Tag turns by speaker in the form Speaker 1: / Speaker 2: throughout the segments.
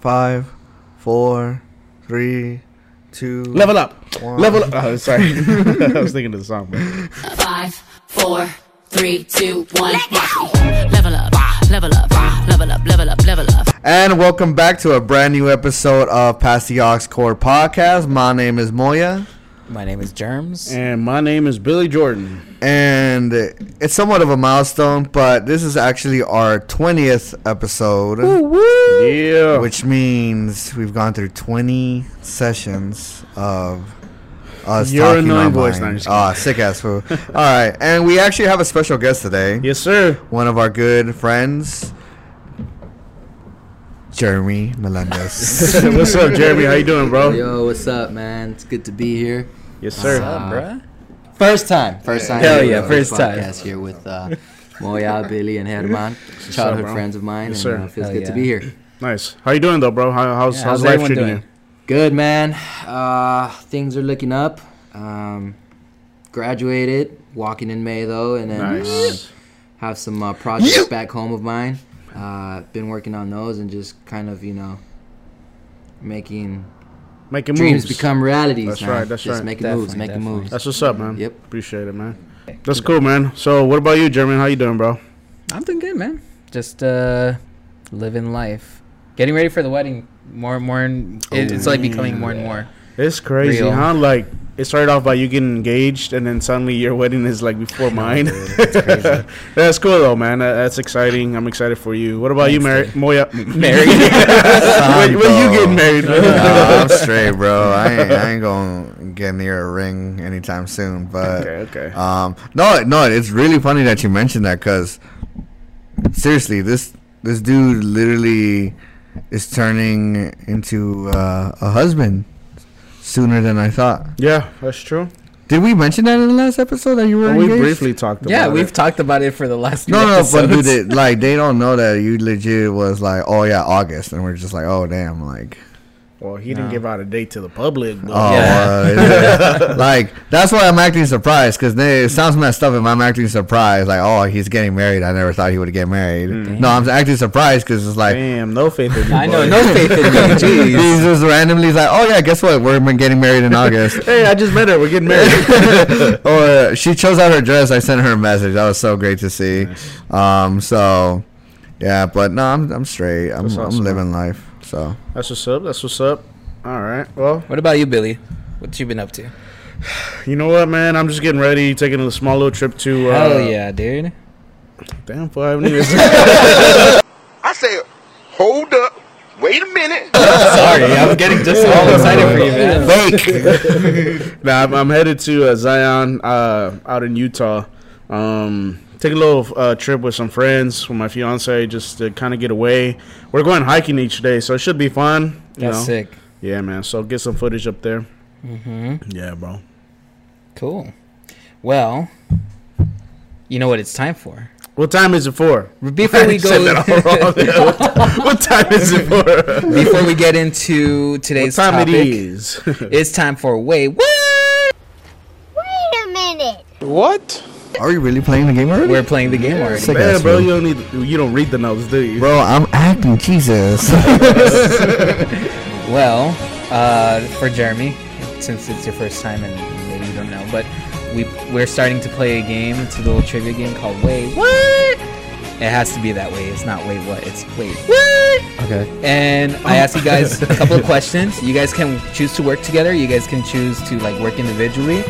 Speaker 1: five, four, three, two.
Speaker 2: Level up.
Speaker 1: One.
Speaker 2: Level up. Oh, sorry. I was thinking of the song. but-
Speaker 3: Five, four, three, two, one. Level up, level up, level up, level up, level up.
Speaker 1: And welcome back to a brand new episode of Past the Ox Core podcast. My name is Moya,
Speaker 4: My name is Germs.
Speaker 2: And my name is Billy Jordan.
Speaker 1: and it's somewhat of a milestone, but this is actually our twentieth episode,
Speaker 2: Yeah.
Speaker 1: which means we've gone through twenty sessions of. Us
Speaker 2: You're
Speaker 1: talking
Speaker 2: annoying
Speaker 1: online.
Speaker 2: voice. No, I'm just kidding.
Speaker 1: Ah, sick ass fool. All right, and we actually have a special guest today.
Speaker 2: yes, sir.
Speaker 1: one of our good friends, Jeremy Melendez.
Speaker 2: What's up, Jeremy? How you doing, bro?
Speaker 5: Yo, what's up, man? It's good to be here.
Speaker 2: Yes, sir.
Speaker 4: bruh?
Speaker 5: First time, first time.
Speaker 4: Hell
Speaker 5: here
Speaker 4: yeah,
Speaker 5: with this
Speaker 4: first time.
Speaker 5: Podcast here with uh, Moya, Billy, and Herman, childhood
Speaker 2: bro?
Speaker 5: friends of mine,
Speaker 2: Yes,
Speaker 5: and
Speaker 2: sir.
Speaker 5: uh, feels
Speaker 4: Hell
Speaker 5: good
Speaker 4: yeah.
Speaker 5: to be here.
Speaker 2: Nice. How you doing though, bro? How, how's how's,
Speaker 4: Yeah, how's
Speaker 2: life
Speaker 4: everyone
Speaker 2: treating
Speaker 4: doing?
Speaker 5: Good, man. Uh, things are looking up. Um, graduated, walking in May though, and
Speaker 2: you?
Speaker 5: then uh,
Speaker 2: Nice.
Speaker 5: have some uh, projects back home of mine. Uh, been working on those and just kind of you know making
Speaker 2: Making
Speaker 5: dreams
Speaker 2: moves.
Speaker 5: become realities.
Speaker 2: That's
Speaker 5: man.
Speaker 2: right, that's
Speaker 5: just
Speaker 2: right.
Speaker 5: making moves,
Speaker 4: Definitely,
Speaker 5: making
Speaker 4: definitely.
Speaker 5: moves.
Speaker 2: That's what's up, man.
Speaker 5: Yep.
Speaker 2: Appreciate it, man. That's cool, man. So, what about you, Jeremy? How you doing, bro?
Speaker 4: I'm doing good, man. Just uh, living life, getting ready for the wedding. More and more, and it, it's like becoming more and more.
Speaker 2: It's crazy,
Speaker 4: Real.
Speaker 2: huh? Like it started off by you getting engaged, and then suddenly your wedding is like before mine. That's cool though, man. That- That's exciting. I'm excited for you. What about you, Mary? Moya? Mary? when, when you get married?
Speaker 1: Nah, I'm straight, bro. I ain't, I ain't gonna get near a ring anytime soon. But
Speaker 2: okay, okay.
Speaker 1: um, no, no, it's really funny that you mentioned that because seriously, this this dude literally is turning into uh, a husband sooner than I thought.
Speaker 2: yeah, that's true.
Speaker 1: Did we mention that in the last episode that you were
Speaker 2: Well, we
Speaker 1: engaged?
Speaker 2: briefly talked about
Speaker 4: Yeah,
Speaker 2: it.
Speaker 4: we've talked about it for the last.
Speaker 1: No,
Speaker 4: few
Speaker 1: no, but
Speaker 4: episodes.
Speaker 1: dude, it, like they don't know that you legit was like, oh yeah, August, and we're just like, oh damn, like,
Speaker 2: Well, he didn't give out a date to the public. But
Speaker 1: oh, uh, like that's why I'm acting surprised because it sounds messed up if I'm acting surprised, like, oh, he's getting married. I never thought he would get married. No, I'm acting surprised because it's like.
Speaker 2: damn, no faith in you.
Speaker 4: I know,
Speaker 2: boy.
Speaker 4: no faith in me.
Speaker 1: He's
Speaker 4: Jeez.
Speaker 1: just randomly like, oh yeah, guess what? We're getting married in August.
Speaker 2: Hey, I just met her. We're getting married.
Speaker 1: or she chose out her dress. I sent her a message. That was so great to see. Um, so yeah, but no, I'm I'm straight. I'm,
Speaker 2: That's
Speaker 1: I'm
Speaker 2: awesome.
Speaker 1: living life. So
Speaker 2: that's what's up. That's what's up. All right. Well,
Speaker 4: What about you, Billy? What you been up to?
Speaker 2: you know what, man? I'm just getting ready, taking a small little trip to. Uh,
Speaker 4: Hell yeah, dude.
Speaker 2: Damn, boy, I haven't even.
Speaker 6: I said, hold up, wait a minute.
Speaker 4: Sorry, I'm getting just all excited for you, man.
Speaker 1: fake.
Speaker 2: Nah, I'm, I'm headed to uh, Zion uh, out in Utah. Um, take a little uh, trip with some friends, with my fiance, just to kind of get away. We're going hiking each day, so it should be fun. you
Speaker 4: That's
Speaker 2: know?
Speaker 4: sick.
Speaker 2: Yeah, man. So get some footage up there. Mm-hmm. Yeah, bro.
Speaker 4: Cool. Well, you know what it's time for.
Speaker 2: What time is it for?
Speaker 4: Before we go,
Speaker 2: Said that all wrong. what, what time is it for?
Speaker 4: before we get into
Speaker 2: What
Speaker 4: today's
Speaker 2: time
Speaker 4: topic,
Speaker 2: it is?
Speaker 4: it's time for wait what?
Speaker 7: Wait a minute.
Speaker 2: what?
Speaker 1: Are you really playing the game already?
Speaker 4: We're playing the game already.
Speaker 1: Sick
Speaker 2: Man,
Speaker 1: ass
Speaker 2: bro,
Speaker 1: fool.
Speaker 2: you don't need. You don't read the notes, do you?
Speaker 1: Bro, I'm acting Jesus.
Speaker 4: Well, uh, for Jeremy, since it's your first time and maybe you don't know, but we we're starting to play a game. It's a little trivia game called Wait What. It has to be that way. It's not Wait What. It's Wait What.
Speaker 1: okay.
Speaker 4: And I ask you guys a couple of questions. You guys can choose to work together. You guys can choose to like work individually,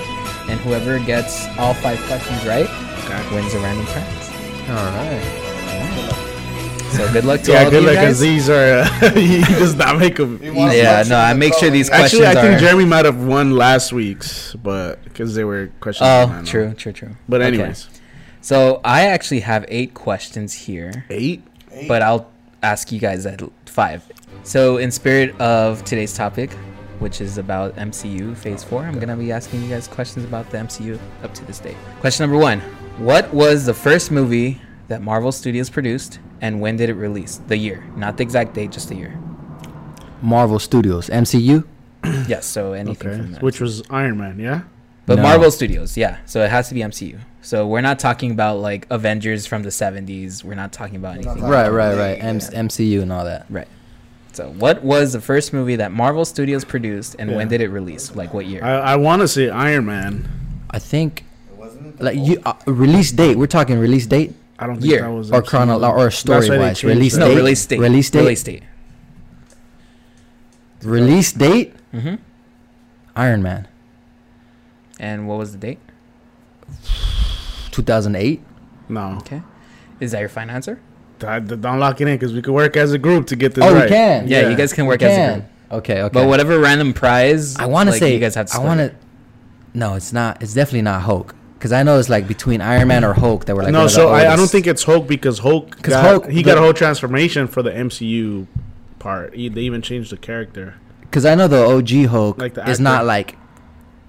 Speaker 4: and whoever gets all five questions right wins a random prize.
Speaker 1: All right.
Speaker 4: So good luck to
Speaker 2: Yeah,
Speaker 4: all
Speaker 2: good
Speaker 4: of you
Speaker 2: luck,
Speaker 4: guys.
Speaker 2: cause these are. Uh, he does not make them.
Speaker 4: Yeah, no, I make sure these questions
Speaker 2: Actually, I think
Speaker 4: are.
Speaker 2: Jeremy might have won last week's, but because they were questions. from
Speaker 4: oh,
Speaker 2: Hannah.
Speaker 4: true, true, true.
Speaker 2: But
Speaker 4: Okay.
Speaker 2: anyways,
Speaker 4: So I actually have eight questions here,
Speaker 2: eight.
Speaker 4: but I'll ask you guys at five. So in spirit of today's topic, which is about MCU Phase Four, I'm gonna be asking you guys questions about the MCU up to this day. Question number one: What was the first movie that Marvel Studios produced, and when did it release? The year, not the exact date, just the year.
Speaker 5: Marvel Studios, MCU.
Speaker 4: Yes. So anything
Speaker 2: Okay,
Speaker 4: from that.
Speaker 2: which was Iron Man. Yeah.
Speaker 4: But
Speaker 5: No.
Speaker 4: Marvel Studios, yeah. So it has to be MCU. So we're not talking about like Avengers from the 70s. We're not talking about anything.
Speaker 5: Right, right, right. M- MCU and all that.
Speaker 4: Right. So, what was the first movie that Marvel Studios produced, and when
Speaker 2: Yeah.
Speaker 4: did it release? Like what year?
Speaker 5: Uh,
Speaker 2: I, I want to say Iron Man.
Speaker 5: I think like you uh, release date. We're talking release date
Speaker 2: I don't think
Speaker 4: Year,
Speaker 2: that was
Speaker 5: or
Speaker 2: actually-
Speaker 5: chrono or
Speaker 2: That's why they
Speaker 5: story wise.
Speaker 2: changed
Speaker 5: Release
Speaker 2: that.
Speaker 4: no,
Speaker 5: date.
Speaker 4: release date.
Speaker 5: Release date.
Speaker 4: Release date.
Speaker 5: Release date.
Speaker 4: hmm
Speaker 5: Iron Man.
Speaker 4: And what was the date?
Speaker 5: 2008.
Speaker 2: No,
Speaker 4: Okay. Is that your final answer?
Speaker 2: I- don't lock it in because we could work as a group to get this
Speaker 5: Oh, we
Speaker 2: right.
Speaker 5: can.
Speaker 4: Yeah,
Speaker 2: Yeah.
Speaker 4: you guys can work as a
Speaker 5: Can.
Speaker 4: group.
Speaker 5: Okay. Okay.
Speaker 4: But whatever random prize,
Speaker 5: I want to
Speaker 4: like,
Speaker 5: say
Speaker 4: you guys have to.
Speaker 5: I
Speaker 4: split
Speaker 5: want
Speaker 4: it.
Speaker 5: to. No, it's not. It's definitely not Hulk. Because I know it's like between Iron Man or Hulk that were like. one
Speaker 2: no,
Speaker 5: of the
Speaker 2: so I, I don't
Speaker 5: oldest.
Speaker 2: think it's Hulk because Hulk
Speaker 5: 'Cause
Speaker 2: got,
Speaker 5: Hulk-
Speaker 2: he got
Speaker 5: the-
Speaker 2: a whole transformation for the MCU part. He, they even changed the character.
Speaker 5: Because I know the OG Hulk
Speaker 2: Like the
Speaker 5: is not
Speaker 2: actor.
Speaker 5: like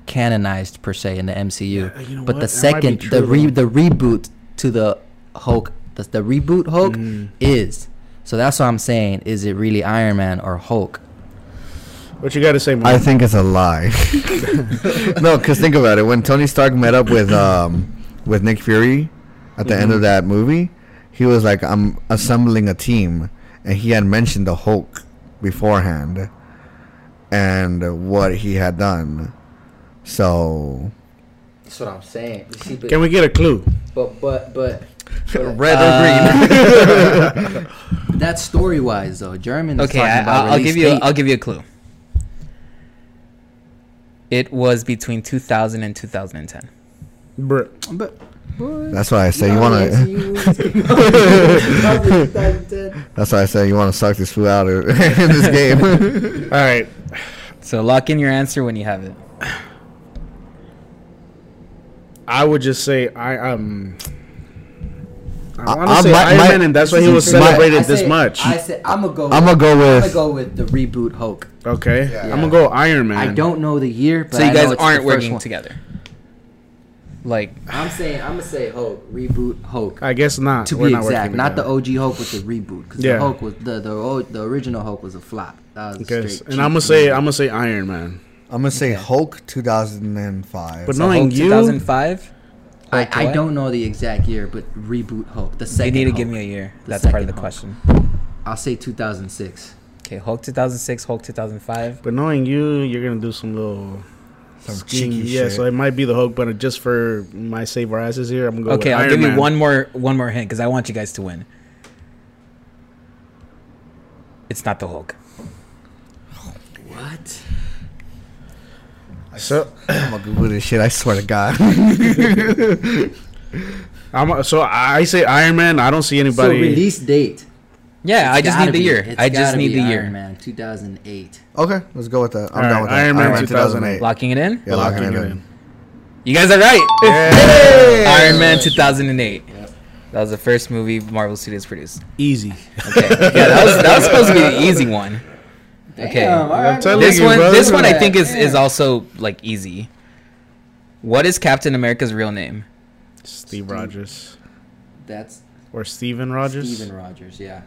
Speaker 5: canonized per se in the MCU,
Speaker 2: Yeah, you know
Speaker 5: but the
Speaker 2: what? That might be
Speaker 5: second the
Speaker 2: true,
Speaker 5: re- the
Speaker 2: though.
Speaker 5: reboot to the Hulk, the, the reboot Hulk
Speaker 2: Mm.
Speaker 5: is. So that's what I'm saying. Is it really Iron Man or Hulk?
Speaker 2: What you got to say,
Speaker 1: I
Speaker 2: Mike?
Speaker 1: think it's a lie. no, because think about it. When Tony Stark met up with um with Nick Fury at the
Speaker 4: Mm-hmm.
Speaker 1: end of that movie, he was like, "I'm assembling a team," and he had mentioned the Hulk beforehand and what he had done. So
Speaker 5: That's what I'm saying. You see, but,
Speaker 2: Can we get a clue?
Speaker 5: but but but
Speaker 1: red
Speaker 4: Uh,
Speaker 1: or green?
Speaker 5: that's story wise though. German. Is
Speaker 4: Okay,
Speaker 5: talking
Speaker 4: I,
Speaker 5: about
Speaker 4: I'll, I'll give
Speaker 5: release
Speaker 4: you.
Speaker 5: date.
Speaker 4: I'll give you a clue. It was between 2000 and 2010.
Speaker 2: Br-
Speaker 5: But
Speaker 1: That's why I say you want to. That's why I say you want to suck this fool out of, in this game.
Speaker 2: All right.
Speaker 4: So lock in your answer when you have it.
Speaker 2: I would just say I um. I
Speaker 1: I-
Speaker 2: want to
Speaker 1: I
Speaker 2: say
Speaker 1: might-
Speaker 2: Iron
Speaker 1: might-
Speaker 2: Man, and that's why he was
Speaker 1: my-
Speaker 2: celebrated this much.
Speaker 5: I said I'm gonna go.
Speaker 1: I'm gonna go
Speaker 5: I'm gonna
Speaker 1: with.
Speaker 5: go with the reboot Hulk.
Speaker 2: okay, I'm gonna go Iron Man.
Speaker 5: I don't know the year, but
Speaker 4: So you
Speaker 5: I know
Speaker 4: guys
Speaker 5: it's the
Speaker 4: aren't
Speaker 5: first
Speaker 4: working
Speaker 5: one.
Speaker 4: together. Like
Speaker 5: I'm saying I'm gonna say Hulk reboot Hulk.
Speaker 2: I guess not.
Speaker 5: to
Speaker 2: We're
Speaker 5: be
Speaker 2: not working
Speaker 5: exact, not the
Speaker 2: together.
Speaker 5: OG Hulk with the reboot, because
Speaker 2: Yeah.
Speaker 5: the Hulk was the the, o- the original Hulk was a flop. That was
Speaker 2: Okay,
Speaker 5: okay,
Speaker 2: s- and I'm gonna say I'm gonna say Iron Man.
Speaker 1: I'm gonna say Hulk 2005.
Speaker 2: But
Speaker 4: the whole
Speaker 2: knowing you,
Speaker 4: 2005.
Speaker 5: I,
Speaker 4: Hulk
Speaker 5: I
Speaker 4: what?
Speaker 5: don't know the exact year, but reboot Hulk. The
Speaker 4: You
Speaker 5: second.
Speaker 4: need to
Speaker 5: Hulk.
Speaker 4: give me a year.
Speaker 5: The
Speaker 4: That's part
Speaker 5: second
Speaker 4: of the
Speaker 5: Hulk.
Speaker 4: question.
Speaker 5: I'll say 2006.
Speaker 4: Okay, Hulk 2006, Hulk 2005.
Speaker 2: but knowing you, you're gonna do some little
Speaker 1: some
Speaker 2: scheme. Yeah, so it might be the Hulk, but just for my save our asses here, I'm gonna go
Speaker 4: Okay,
Speaker 2: with
Speaker 4: I'll
Speaker 2: Iron
Speaker 4: give
Speaker 2: Man.
Speaker 4: you one more one more hint because I want you guys to win. It's not the Hulk.
Speaker 5: What?
Speaker 2: So
Speaker 1: I'm gonna Google this shit. I swear to God.
Speaker 2: I'm so I say Iron Man. I don't see
Speaker 5: So
Speaker 2: anybody.
Speaker 5: release date.
Speaker 4: Yeah, I
Speaker 5: It's
Speaker 4: just
Speaker 5: gotta
Speaker 4: need the
Speaker 5: be-
Speaker 4: year.
Speaker 5: it's
Speaker 4: I just
Speaker 5: gotta
Speaker 4: need
Speaker 5: be
Speaker 4: the
Speaker 5: Iron
Speaker 4: year.
Speaker 5: Man 2008.
Speaker 1: okay, let's go with that. I'm
Speaker 2: All
Speaker 1: done
Speaker 2: right,
Speaker 1: with that.
Speaker 2: Iron Man 2008.
Speaker 4: Locking it in.
Speaker 1: Yeah, locking
Speaker 2: Locking
Speaker 1: it
Speaker 2: it
Speaker 1: in.
Speaker 2: in.
Speaker 4: You guys are right.
Speaker 2: Yeah.
Speaker 4: Iron Man 2008. That was the first movie Marvel Studios produced.
Speaker 2: Easy.
Speaker 4: Okay. Yeah, that was, that was supposed to be the easy one. Okay.
Speaker 5: Damn, all right.
Speaker 2: telling
Speaker 4: This
Speaker 2: you,
Speaker 4: one,
Speaker 2: brother.
Speaker 4: this one, I
Speaker 5: Yeah.
Speaker 4: think is is also like easy. What is Captain America's real name?
Speaker 2: Steve Rogers
Speaker 5: That's
Speaker 2: or Steven Rogers.
Speaker 5: Steven Rogers. Yeah.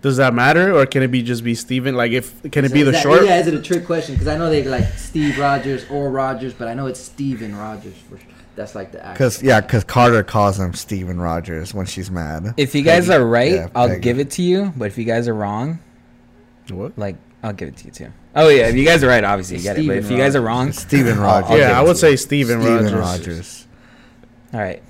Speaker 2: Does that matter, or can it be just be Steven? Like, if can it
Speaker 5: So
Speaker 2: be
Speaker 5: is
Speaker 2: the
Speaker 5: that-
Speaker 2: short?
Speaker 5: Yeah, is it a trick question? Because I know they like Steve Rogers or Rogers, but I know it's Steven Rogers. For, sure. that's like the actor.
Speaker 1: Cause yeah, cause Carter calls him Steven Rogers when she's mad.
Speaker 4: If you guys are right,
Speaker 1: Yeah,
Speaker 4: I'll
Speaker 1: Peggy.
Speaker 4: give it to you. But if you guys are wrong,
Speaker 2: What?
Speaker 4: like I'll give it to you too. Oh yeah, if you guys are right, obviously you get it. But
Speaker 5: Steven
Speaker 4: if you guys are wrong,
Speaker 1: Steven Rogers.
Speaker 4: I'll give it
Speaker 2: Oh, Yeah, I
Speaker 4: to
Speaker 2: would
Speaker 4: you.
Speaker 2: say Steven,
Speaker 1: Steven
Speaker 2: Rogers.
Speaker 1: Rogers.
Speaker 4: All right,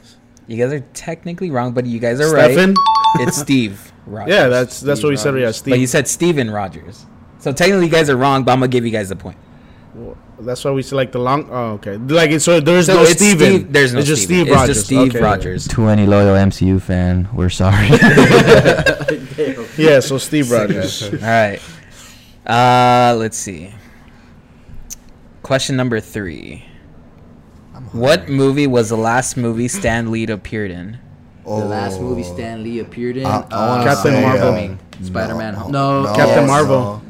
Speaker 4: you guys are technically wrong, but you guys are
Speaker 2: Stephen?
Speaker 4: right. It's Steve Rogers.
Speaker 2: Yeah, that's that's what we said. Yeah,
Speaker 5: Rogers.
Speaker 2: Steve.
Speaker 4: But you said Steven Rogers. So technically, you guys are wrong, but I'm gonna give you guys the point.
Speaker 2: that's why we said like the long. Oh, okay. Like, it's- so there's
Speaker 4: So
Speaker 2: no
Speaker 4: it's
Speaker 2: Steven.
Speaker 4: Steve. There's no
Speaker 2: It's just
Speaker 4: Steven.
Speaker 2: Steve
Speaker 4: it's
Speaker 2: Rogers.
Speaker 4: just Steve
Speaker 2: Okay.
Speaker 4: Rogers.
Speaker 5: To any loyal MCU fan, we're sorry.
Speaker 2: Yeah, so Steve Rogers.
Speaker 4: All right. Uh, let's see. Question number three. What movie was the last movie Stan Lee appeared in?
Speaker 1: Oh,
Speaker 5: The last movie Stan Lee appeared in.
Speaker 1: I- I wanna
Speaker 2: Captain
Speaker 1: say,
Speaker 2: Marvel.
Speaker 1: uh,
Speaker 5: Spider-Man.
Speaker 1: no,
Speaker 5: No,
Speaker 1: no,
Speaker 2: Captain
Speaker 1: no,
Speaker 2: Marvel.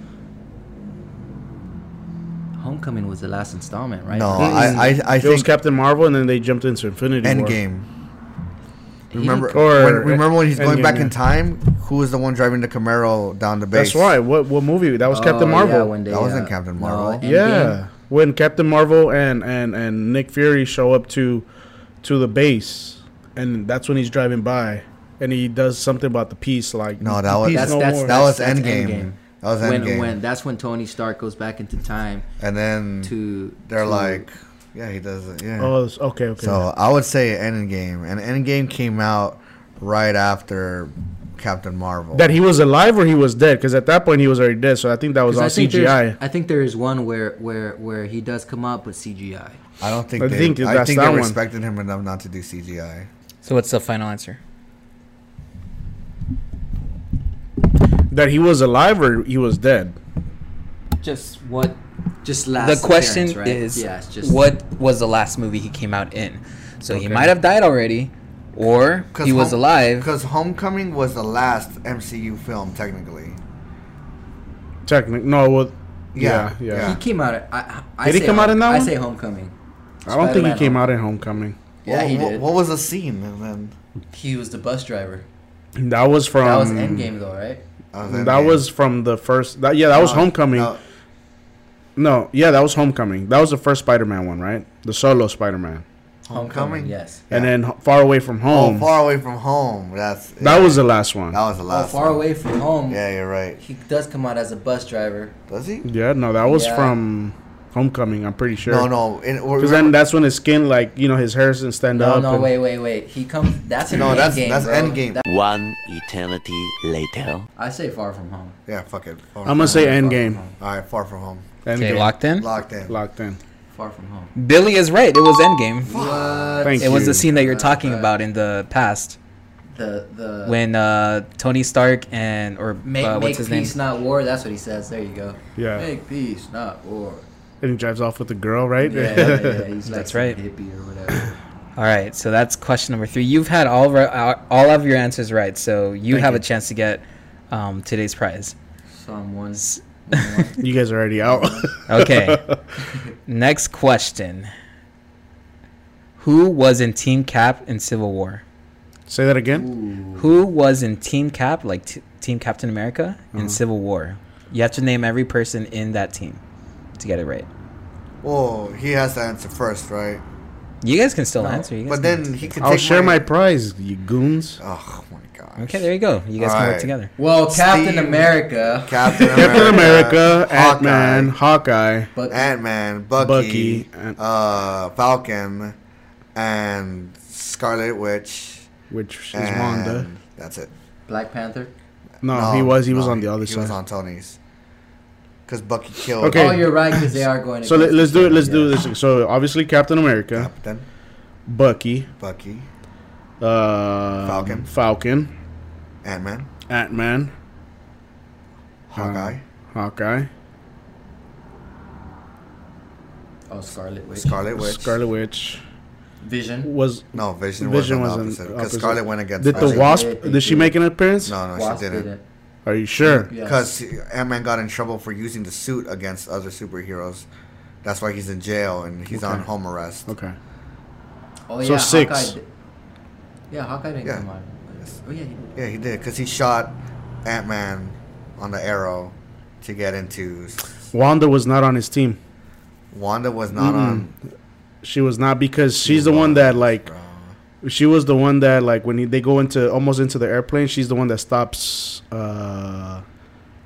Speaker 5: Homecoming was the last installment, right?
Speaker 1: No, I, I, I
Speaker 2: It was
Speaker 1: think
Speaker 2: Captain Marvel, and then they jumped into Infinity War.
Speaker 1: Endgame. Remember,
Speaker 2: Or-
Speaker 1: when, remember when he's going
Speaker 2: Endgame,
Speaker 1: back in
Speaker 2: yeah.
Speaker 1: time? Who was the one driving the Camaro down the base?
Speaker 2: That's right. What what movie? That was
Speaker 5: Oh,
Speaker 2: Captain
Speaker 5: yeah,
Speaker 2: Marvel. Yeah,
Speaker 5: when they,
Speaker 1: That wasn't
Speaker 5: uh,
Speaker 1: Captain
Speaker 5: no,
Speaker 1: Marvel.
Speaker 5: Endgame.
Speaker 2: when, Captain Marvel and and and Nick Fury show up to to the base, and that's when he's driving by, and he does something about the peace. Like
Speaker 1: No, that was-
Speaker 2: peace
Speaker 1: That's-
Speaker 5: that's-
Speaker 2: more.
Speaker 1: That was
Speaker 5: That's
Speaker 1: Endgame.
Speaker 5: Endgame.
Speaker 1: That was
Speaker 5: when
Speaker 1: Endgame.
Speaker 5: when that's when Tony Stark goes back into time
Speaker 1: and then
Speaker 5: to
Speaker 1: they're
Speaker 5: to-
Speaker 1: like, yeah, he does it. Yeah.
Speaker 2: Oh, it's- okay, okay.
Speaker 1: So I would say Endgame, and Endgame came out right after Captain Marvel.
Speaker 2: that he was alive or he was dead, because at that point he was already dead. So I think that was
Speaker 5: 'cause
Speaker 2: all
Speaker 5: I think there's-
Speaker 2: CGI.
Speaker 5: I think there is one where where where he does come up with CGI.
Speaker 1: I don't think
Speaker 2: I
Speaker 1: they,
Speaker 2: think
Speaker 1: I
Speaker 2: that's
Speaker 1: think
Speaker 2: that
Speaker 1: they
Speaker 2: one.
Speaker 1: respected him enough not to do CGI.
Speaker 4: So what's the final answer?
Speaker 2: That he was alive or he was dead.
Speaker 4: Just what
Speaker 5: Just last.
Speaker 4: the question
Speaker 5: appearance, right?
Speaker 4: is
Speaker 5: yeah, it's just
Speaker 4: what was the last movie he came out in? So he
Speaker 1: Okay.
Speaker 4: might have died already, or he was alive.
Speaker 1: Because Homecoming was the last MCU film, technically.
Speaker 2: Technically, no. Well,
Speaker 1: Yeah,
Speaker 2: yeah, yeah.
Speaker 1: yeah.
Speaker 5: He came out. at- I, I
Speaker 2: Did he
Speaker 5: say
Speaker 2: come out in that
Speaker 5: I
Speaker 2: one?
Speaker 5: say Homecoming.
Speaker 2: I don't think he
Speaker 5: Spider-Man
Speaker 2: came
Speaker 5: Home-
Speaker 2: out in Homecoming.
Speaker 5: Yeah,
Speaker 1: what,
Speaker 5: he
Speaker 1: what-
Speaker 5: did.
Speaker 1: What, was the scene? And then
Speaker 5: He was the bus driver.
Speaker 2: That was from
Speaker 5: That was
Speaker 1: Mm.
Speaker 5: Endgame though, right?
Speaker 1: uh,
Speaker 2: That
Speaker 1: Endgame.
Speaker 2: was from the first. That, yeah, that was
Speaker 1: No,
Speaker 2: Homecoming.
Speaker 1: no,
Speaker 2: No, yeah, that was Homecoming. That was the first Spider-Man one, right? The solo Spider-Man,
Speaker 1: Homecoming.
Speaker 5: Yes.
Speaker 2: and
Speaker 1: Yeah.
Speaker 2: then Ho- Far Away from
Speaker 1: Oh,
Speaker 2: Home.
Speaker 1: far away from home. That's
Speaker 2: That
Speaker 1: yeah.
Speaker 2: was the last one.
Speaker 1: that was the
Speaker 5: Oh,
Speaker 1: last.
Speaker 5: far
Speaker 1: one.
Speaker 5: away from home.
Speaker 1: Yeah, you're right.
Speaker 5: He does come out as a bus driver.
Speaker 1: Does he?
Speaker 2: Yeah, no, that was
Speaker 5: Yeah.
Speaker 2: from Homecoming. I'm pretty sure.
Speaker 1: No, no. In, or,
Speaker 2: Because then that's when his skin, like you know, his hair doesn't stand
Speaker 5: No,
Speaker 2: up.
Speaker 5: no,
Speaker 2: and-
Speaker 5: wait, wait, wait. He comes. That's an
Speaker 1: No,
Speaker 5: Endgame.
Speaker 1: that's- that's
Speaker 5: bro.
Speaker 1: Endgame.
Speaker 5: That-
Speaker 8: One eternity later.
Speaker 5: I say Far From Home.
Speaker 1: yeah, fuck it. Far
Speaker 2: I'm gonna say Endgame.
Speaker 1: All right, far from home.
Speaker 4: Okay,
Speaker 2: Endgame.
Speaker 4: locked in.
Speaker 1: Locked in.
Speaker 2: Locked in.
Speaker 5: Far From Home.
Speaker 4: Billy is right. It was Endgame.
Speaker 5: What?
Speaker 2: Thank
Speaker 4: It was
Speaker 2: you.
Speaker 4: the scene that you're
Speaker 5: Uh,
Speaker 4: talking about in the past
Speaker 5: The the
Speaker 4: when uh, Tony Stark and or
Speaker 5: make,
Speaker 4: uh,
Speaker 5: make
Speaker 4: what's his name?
Speaker 5: peace not war. That's what he says. There you go.
Speaker 2: Yeah.
Speaker 5: Make peace not war.
Speaker 2: And he drives off with the girl, right?
Speaker 5: Yeah, yeah, yeah. He's like
Speaker 4: That's
Speaker 5: some
Speaker 4: right.
Speaker 5: Hippie or whatever.
Speaker 4: All right, so that's question number three. You've had all of our, uh, all of your answers right, so you have a chance to get um, today's prize.
Speaker 5: Someone's.
Speaker 2: you guys are already out.
Speaker 4: Okay. Next question. Who was in Team Cap in Civil War?
Speaker 2: Say that again.
Speaker 4: Who was in Team Cap, like t- Team Captain America, in
Speaker 1: Mm.
Speaker 4: Civil War? You have to name every person in that team to get it right.
Speaker 1: Whoa, he has to answer first, right?
Speaker 4: You guys can still answer. You guys
Speaker 1: But
Speaker 4: can-
Speaker 1: then he can.
Speaker 2: I'll
Speaker 1: take
Speaker 2: share my prize, you goons.
Speaker 1: Oh my god.
Speaker 4: Okay, there you go. You guys
Speaker 1: All
Speaker 4: can work
Speaker 1: right.
Speaker 4: together.
Speaker 5: Well, Captain
Speaker 1: Steve-
Speaker 5: America.
Speaker 1: Captain America,
Speaker 2: Captain America, Ant Man, Hawkeye.
Speaker 5: but
Speaker 1: Ant Man, Bucky,
Speaker 2: Bucky, and-
Speaker 1: uh, Falcon, and Scarlet Witch.
Speaker 2: which is
Speaker 1: and
Speaker 2: Wanda.
Speaker 1: That's it.
Speaker 5: Black Panther.
Speaker 2: No, he was. He was
Speaker 1: no,
Speaker 2: on the other
Speaker 1: He was
Speaker 2: side.
Speaker 1: on Tony's. Because Bucky killed.
Speaker 2: Okay.
Speaker 5: Oh, you're right because they are going.
Speaker 2: So let,
Speaker 5: against
Speaker 2: us
Speaker 5: each
Speaker 2: do it.
Speaker 5: other,
Speaker 2: Let's do
Speaker 5: yeah.
Speaker 2: this. So obviously Captain America,
Speaker 1: Captain
Speaker 2: Bucky,
Speaker 1: Bucky,
Speaker 2: uh,
Speaker 1: Falcon.
Speaker 2: Falcon,
Speaker 1: Ant Man,
Speaker 2: Ant Man,
Speaker 1: Hawkeye,
Speaker 2: Hawkeye,
Speaker 5: Oh, Scarlet Witch.
Speaker 1: Scarlet Witch.
Speaker 2: Scarlet Witch.
Speaker 5: Vision.
Speaker 2: Was
Speaker 1: No, Vision,
Speaker 2: Vision
Speaker 1: was on
Speaker 2: was
Speaker 1: the
Speaker 2: on
Speaker 1: opposite. Because
Speaker 2: opposite.
Speaker 1: Scarlet went against.
Speaker 2: did the
Speaker 1: Vision.
Speaker 2: Wasp?
Speaker 5: They- they
Speaker 2: Did she
Speaker 5: did.
Speaker 2: make an appearance?
Speaker 1: No, no,
Speaker 5: Wasp
Speaker 1: Oh, she didn't.
Speaker 5: didn't.
Speaker 2: Are you sure?
Speaker 5: Yeah.
Speaker 1: Because Ant Man got in trouble for using the suit against other superheroes. That's why he's in jail and he's on
Speaker 2: Okay.
Speaker 1: home arrest.
Speaker 2: Okay.
Speaker 5: Oh
Speaker 2: So
Speaker 5: yeah,
Speaker 2: six.
Speaker 5: Hawkeye did- yeah, Hawkeye didn't
Speaker 1: Yeah.
Speaker 5: come on. Oh yeah, he did.
Speaker 1: Yeah, he did because he shot Ant Man on the arrow to get into. s-
Speaker 2: Wanda was not on his team.
Speaker 1: Wanda was not on.
Speaker 2: She was not because she's the one that like. She was the one that like when he, they go into almost into the airplane. She's the one that stops uh,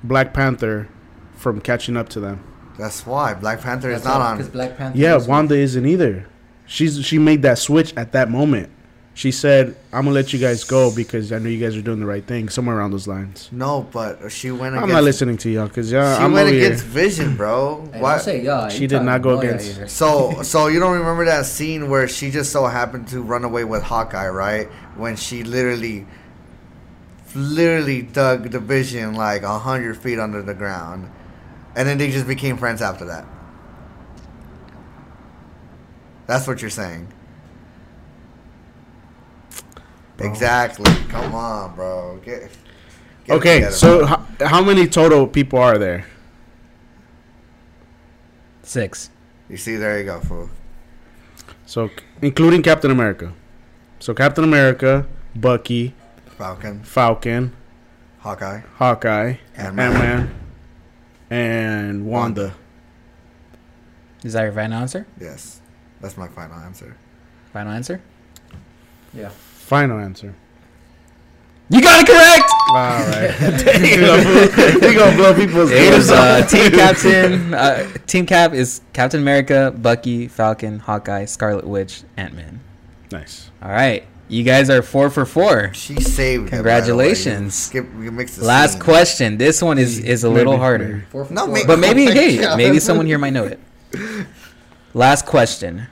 Speaker 2: Black Panther from catching up to them.
Speaker 1: That's why Black Panther
Speaker 5: That's
Speaker 1: is not
Speaker 5: Because
Speaker 1: on.
Speaker 5: Black Panther.
Speaker 2: Yeah,
Speaker 5: was-
Speaker 2: Wanda isn't either. She's she made that switch at that moment. She said, "I'm gonna let you guys go because I know you guys are doing the right thing." Somewhere around those lines.
Speaker 1: No, but she went
Speaker 2: I'm
Speaker 1: against.
Speaker 2: not listening to y'all because y'all.
Speaker 1: She
Speaker 2: I'm
Speaker 1: went
Speaker 2: over here.
Speaker 1: against Vision, bro.
Speaker 5: Hey,
Speaker 1: Why?
Speaker 5: don't say yeah.
Speaker 2: She
Speaker 5: you
Speaker 2: did not
Speaker 5: talking
Speaker 2: go
Speaker 5: boy out
Speaker 2: against-
Speaker 5: here.
Speaker 1: So, so you don't remember that scene where she just so happened to run away with Hawkeye, right? When she literally, literally dug the Vision like a hundred feet under the ground, and then they just became friends after that. That's what you're saying. Exactly. Come on, bro. Get. get it
Speaker 2: Okay,
Speaker 1: together,
Speaker 2: so
Speaker 1: bro.
Speaker 2: how, how many total people are there?
Speaker 4: Six.
Speaker 1: you see, there you go, fool.
Speaker 2: So c- including Captain America. So Captain America, Bucky,
Speaker 1: Falcon,
Speaker 2: Falcon,
Speaker 1: Hawkeye.
Speaker 2: Hawkeye, Ant
Speaker 1: Ant-Man.
Speaker 2: Man, and Wanda.
Speaker 4: Is that your final answer?
Speaker 1: Yes, that's my final answer.
Speaker 4: Final answer?
Speaker 5: Yeah.
Speaker 2: Final answer.
Speaker 4: You got it correct!
Speaker 2: All right. You're gonna blow people's
Speaker 4: It was
Speaker 2: ears
Speaker 4: uh,
Speaker 2: up.
Speaker 4: Team Captain. Uh, Team Cap is Captain America, Bucky, Falcon, Hawkeye, Scarlet Witch, Ant Man.
Speaker 2: Nice.
Speaker 4: All right, you guys are four for four.
Speaker 1: She saved. it, by the way.
Speaker 4: Congratulations.
Speaker 1: Skip. You mixed the
Speaker 4: Last
Speaker 1: scene.
Speaker 4: question. This one is is a little harder.
Speaker 5: Four for
Speaker 1: No,
Speaker 5: four.
Speaker 1: ma-
Speaker 4: But maybe,
Speaker 1: Oh my
Speaker 4: hey,
Speaker 1: God.
Speaker 4: maybe someone here might know it. Last question.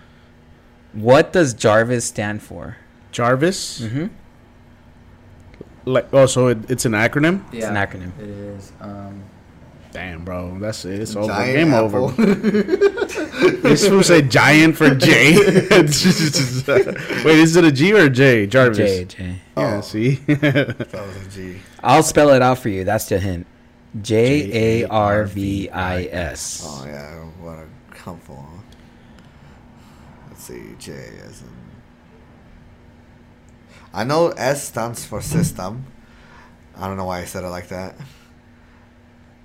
Speaker 4: What does Jarvis stand for?
Speaker 2: Jarvis. Mm-hmm. Like, oh, so it, it's an acronym.
Speaker 5: yeah,
Speaker 4: It's an acronym.
Speaker 5: It is. Um,
Speaker 2: Damn, bro, that's it. It's over.
Speaker 1: Giant
Speaker 2: Game
Speaker 1: apple.
Speaker 2: over. This fool said giant for J. Wait, is it a G or a J? Jarvis.
Speaker 4: J, J.
Speaker 2: Yeah.
Speaker 1: Oh.
Speaker 2: See.
Speaker 1: That was a G.
Speaker 4: I'll spell it out for you. That's the hint. J A R V I
Speaker 1: Oh
Speaker 4: S.
Speaker 1: yeah, what a helpful. Let's see, J as in. I know S stands for system. I don't know why I said it like that.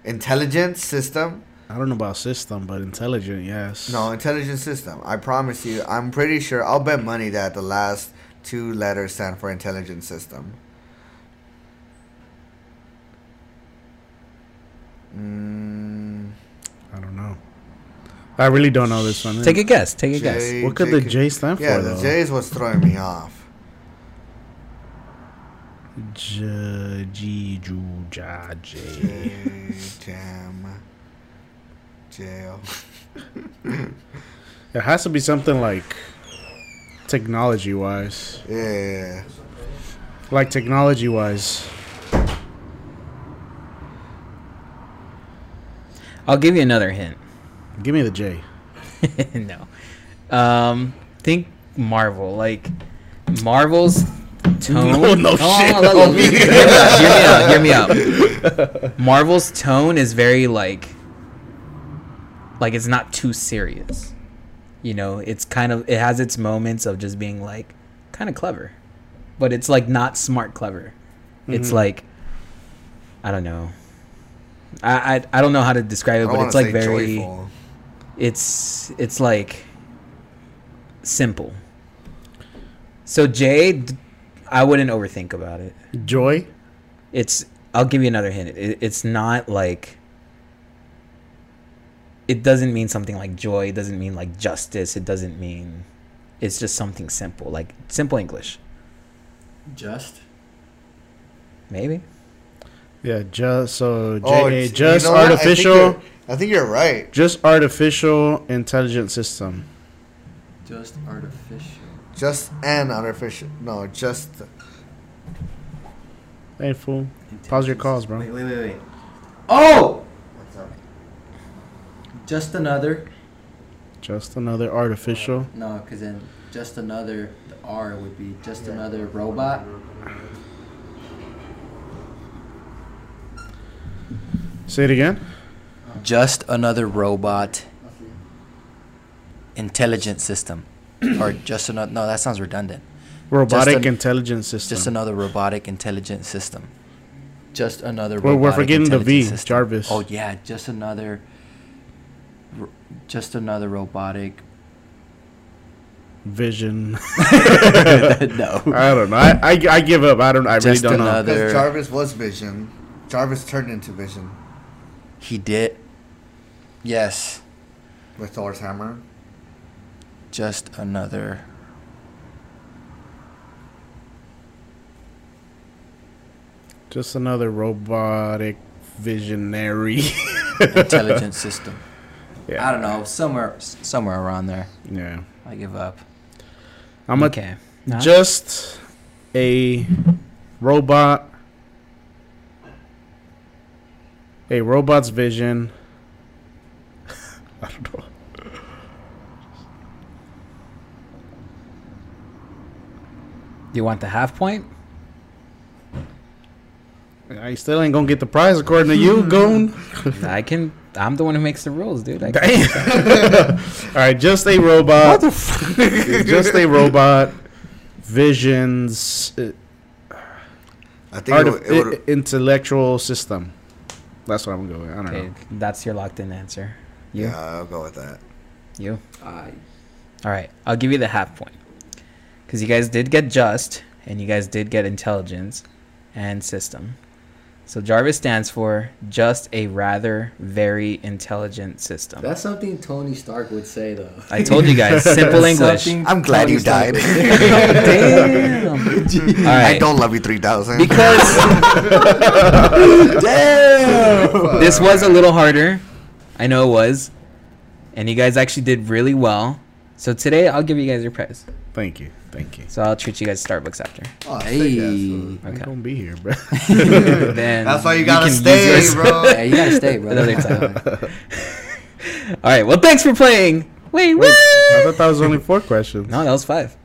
Speaker 1: Intelligent system.
Speaker 2: I don't know about system, but intelligent. Yes.
Speaker 1: No, intelligent system. I promise you. I'm pretty sure. I'll bet money that the last two letters stand for intelligent system. Mm,
Speaker 2: I don't know. I really don't know this one.
Speaker 4: Take a guess. Take a guess.
Speaker 1: J-
Speaker 2: What could the
Speaker 1: could-
Speaker 2: J stand
Speaker 1: Yeah,
Speaker 2: for,
Speaker 1: the
Speaker 2: though?
Speaker 1: J is what's throwing me off.
Speaker 2: J G Ju Ja J.
Speaker 1: J jam jail.
Speaker 2: It has to be something like technology wise.
Speaker 1: Yeah.
Speaker 2: Like technology wise.
Speaker 4: I'll give you another hint.
Speaker 2: Give me the J.
Speaker 4: no. Um, think Marvel. Like Marvel's tone.
Speaker 2: No, no shit.
Speaker 4: let- let me- hear me out. Hear me out. Marvel's tone is very like, like it's not too serious. You know, it's kind of it has its moments of just being like kind of clever, but it's like not smart clever. It's like I don't know. I, I I don't know how to describe it,
Speaker 1: I
Speaker 4: but
Speaker 1: want
Speaker 4: it's
Speaker 1: to
Speaker 4: like
Speaker 1: say
Speaker 4: very
Speaker 1: joyful.
Speaker 4: it's it's like simple. So J, d- I wouldn't overthink about it.
Speaker 2: Joy.
Speaker 4: It's I'll give you another hint. It, it's not like it doesn't mean something like joy. It doesn't mean like justice. It doesn't mean it's just something simple like simple English.
Speaker 5: just.
Speaker 4: Maybe
Speaker 2: Yeah, just so J
Speaker 1: Oh,
Speaker 2: A
Speaker 1: j-
Speaker 2: uh, just
Speaker 1: you know what? I think
Speaker 2: artificial
Speaker 1: you're- I think you're right.
Speaker 2: just artificial intelligent system.
Speaker 5: Just artificial.
Speaker 1: Just an artificial. No, just
Speaker 2: Hey fool. Pause your calls, bro.
Speaker 5: Wait, wait, wait, wait. Oh! Just another.
Speaker 2: Just another artificial.
Speaker 5: No, because then just another. The R would be just another robot.
Speaker 2: Say it again.
Speaker 9: Just another robot. Intelligent system, or just another? No, that sounds redundant.
Speaker 2: Robotic
Speaker 9: an-
Speaker 2: intelligence system.
Speaker 9: Just another robotic intelligent system. Just another.
Speaker 2: We're- we're
Speaker 9: robotic
Speaker 2: forgetting the
Speaker 9: intelligent
Speaker 2: V, Jarvis.
Speaker 9: Oh yeah, just another. ro- Just another robotic.
Speaker 2: Vision.
Speaker 9: no.
Speaker 2: I don't know. I, I, I give up. I don't. I really
Speaker 9: Just
Speaker 2: don't know.
Speaker 9: another-
Speaker 1: because
Speaker 9: They're-
Speaker 1: Jarvis was Vision. Jarvis turned into Vision
Speaker 9: He did. Yes.
Speaker 1: with Thor's hammer.
Speaker 9: Just another.
Speaker 2: Just another robotic visionary.
Speaker 9: intelligent system.
Speaker 2: Yeah.
Speaker 9: I don't know, somewhere s- somewhere around there.
Speaker 2: Yeah.
Speaker 9: I give up.
Speaker 2: I'm a
Speaker 4: okay. Nah.
Speaker 2: just a robot. A robot's vision. I don't know.
Speaker 4: Do you want the half point?
Speaker 2: I still ain't gonna get the prize according to you, Goon.
Speaker 4: I can. I'm the one who makes the rules, dude. I can,
Speaker 2: Damn. All right, just a robot. just a robot. Visions. uh,
Speaker 1: I think it,
Speaker 2: artif-
Speaker 1: would- it would.
Speaker 2: i- intellectual system. That's what I'm going. I don't
Speaker 4: okay,
Speaker 2: know.
Speaker 4: that's your locked in answer. You,
Speaker 1: yeah, I'll go with that.
Speaker 4: you.
Speaker 5: I
Speaker 4: All right, I'll give you the half point because you guys did get just, and you guys did get intelligence and system. So Jarvis stands for just a rather very intelligent system.
Speaker 5: That's something Tony Stark would say, though.
Speaker 4: I told you guys, simple English.
Speaker 5: Something
Speaker 1: I'm glad
Speaker 5: Tony
Speaker 1: you died.
Speaker 5: Stark would say.
Speaker 4: Damn. All
Speaker 1: I
Speaker 4: right.
Speaker 1: don't love you 3000.
Speaker 4: Because
Speaker 1: Damn!
Speaker 4: this was a little harder. I know it was. And you guys actually did really well. So today I'll give you guys your prize.
Speaker 2: Thank you. Thank you.
Speaker 4: So I'll treat you guys Starbucks after.
Speaker 1: Oh,
Speaker 5: Hey.
Speaker 2: I
Speaker 4: Okay.
Speaker 2: don't be here, bro.
Speaker 4: then
Speaker 1: That's why you gotta
Speaker 4: can use
Speaker 1: stay,
Speaker 4: yours.
Speaker 9: Oh,
Speaker 1: bro.
Speaker 5: Hey, you gotta stay, bro.
Speaker 4: Another time. All right. Well, thanks for playing. Wait, what?
Speaker 2: I thought that was only four questions.
Speaker 4: No, that was five.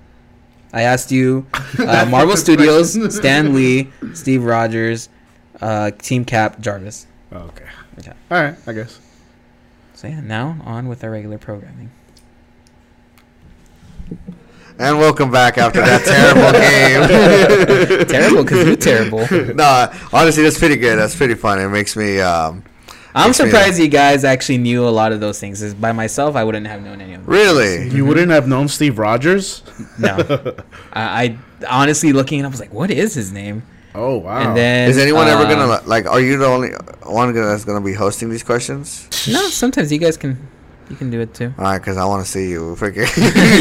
Speaker 4: I asked you uh, Marvel Studios, Stan Lee, Steve Rogers, uh, Team Cap, Jarvis.
Speaker 2: Oh, Okay.
Speaker 4: Okay.
Speaker 2: All right, I guess.
Speaker 4: So yeah, now on with our regular programming.
Speaker 1: And welcome back after that terrible game.
Speaker 4: terrible because you're terrible.
Speaker 1: no, honestly, that's pretty good. That's pretty fun. It makes me. Um,
Speaker 4: I'm
Speaker 1: Makes me
Speaker 4: surprised you guys actually knew a lot of those things. 'cause By myself, I wouldn't have known any of them.
Speaker 1: really?
Speaker 4: Mm-hmm.
Speaker 2: You wouldn't have known Steve Rogers?
Speaker 4: No, I, I honestly looking, I was like, "What is his name?"
Speaker 2: Oh, wow.
Speaker 4: And then
Speaker 1: Is anyone ever
Speaker 4: uh,
Speaker 1: gonna like? Are you the only one gonna, that's gonna be hosting these questions?
Speaker 4: No, sometimes you guys can, you can do it too.
Speaker 1: All right, because I want to see you freaking.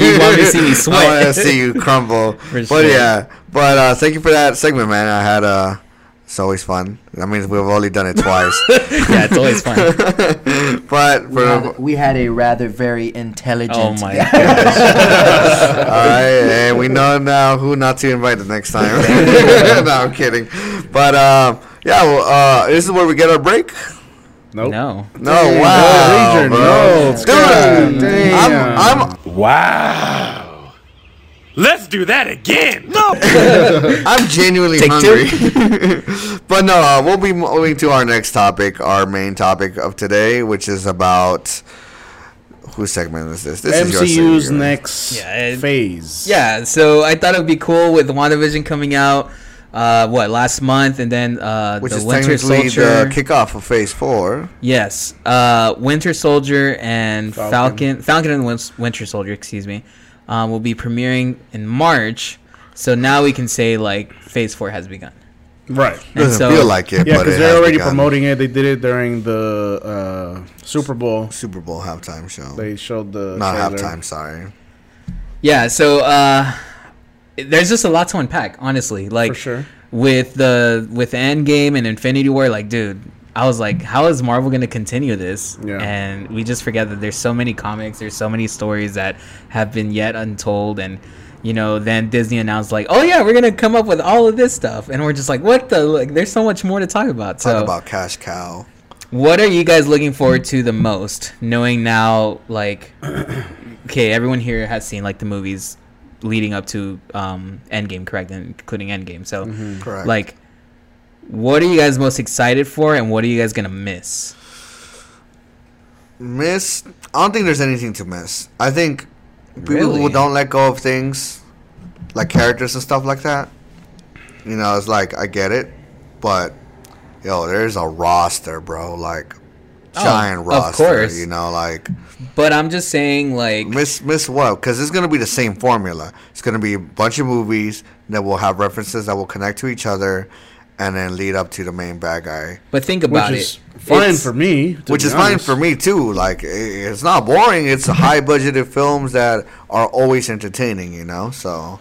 Speaker 4: You want me to see me sweat.
Speaker 1: I want to see you crumble.
Speaker 4: For
Speaker 1: but
Speaker 4: sure.
Speaker 1: yeah, but uh, thank you for that segment, man. I had uh, it's always fun. I mean, we've only done it twice.
Speaker 4: yeah, it's always fun.
Speaker 1: but
Speaker 5: We had,
Speaker 1: for
Speaker 5: we had a rather very intelligent.
Speaker 4: oh my god!
Speaker 1: all right, and we know now who not to invite the next time. no, I'm kidding. But um, yeah, well, uh, this is where we get our break.
Speaker 2: nope.
Speaker 4: No,
Speaker 1: No, wow,
Speaker 2: Region,
Speaker 1: Oh, bro.
Speaker 2: no,
Speaker 1: Dude,
Speaker 2: God damn.
Speaker 1: I'm, I'm,
Speaker 10: Wow. Let's do that again. No.
Speaker 1: I'm genuinely hungry. but no, uh, we'll be moving to our next topic, our main topic of today, which is about whose segment is this? This is your
Speaker 2: MCU's
Speaker 1: segment.
Speaker 2: next
Speaker 4: Yeah, it-
Speaker 2: phase.
Speaker 4: yeah. So I thought it would be cool with WandaVision coming out, uh, what last month, and then uh,
Speaker 1: Which
Speaker 4: the
Speaker 1: is
Speaker 4: Winter
Speaker 1: technically
Speaker 4: Soldier.
Speaker 1: the kickoff of Phase Four.
Speaker 4: Yes, uh, Winter Soldier and
Speaker 2: Falcon.
Speaker 4: Falcon, Falcon, and Win- Winter Soldier, excuse me, um, will be premiering in March. So now we can say like Phase Four has begun.
Speaker 2: Right.
Speaker 4: And
Speaker 1: Doesn't
Speaker 4: so-
Speaker 1: feel like it,
Speaker 2: Yeah,
Speaker 1: but
Speaker 2: because
Speaker 1: it
Speaker 2: they're
Speaker 1: has
Speaker 2: already
Speaker 1: begun.
Speaker 2: promoting it. They did it during the uh, Super Bowl.
Speaker 1: Super Bowl halftime show.
Speaker 2: They showed the
Speaker 1: Not
Speaker 2: trailer.
Speaker 1: halftime, sorry.
Speaker 4: Yeah, so uh, there's just a lot to unpack, honestly. Like
Speaker 2: For sure.
Speaker 4: with the with Endgame and Infinity War, like dude, I was like, how is Marvel gonna continue this?
Speaker 2: Yeah.
Speaker 4: And we just forget that there's so many comics, there's so many stories that have been yet untold, and you know, then Disney announced like, oh yeah, we're gonna come up with all of this stuff, and we're just like, what the? Like, there's so much more to talk about.
Speaker 1: Talk
Speaker 4: so
Speaker 1: about cash cow.
Speaker 4: what are you guys looking forward to the most knowing now like okay everyone here has seen like the movies leading up to um endgame correct and including endgame so
Speaker 1: Correct.
Speaker 4: like what are you guys most excited for and what are you guys gonna miss
Speaker 1: miss i don't think there's anything to miss i think people who
Speaker 4: Really?
Speaker 1: don't let go of things like characters and stuff like that you know it's like i get it but yo there's a roster bro like
Speaker 4: Oh,
Speaker 1: giant
Speaker 4: of
Speaker 1: roster
Speaker 4: course.
Speaker 1: you know like
Speaker 4: but i'm just saying like
Speaker 1: miss miss what because it's going to be the same formula it's going to be a bunch of movies that will have references that will connect to each other and then lead up to the main bad guy
Speaker 4: but think
Speaker 2: Which
Speaker 4: about
Speaker 2: is
Speaker 4: it
Speaker 2: fine
Speaker 4: It's-
Speaker 2: for me. to
Speaker 1: which
Speaker 2: be
Speaker 1: is fine
Speaker 2: honest.
Speaker 1: for me too. Like i- it's not boring. It's high budgeted films that are always entertaining. You know, so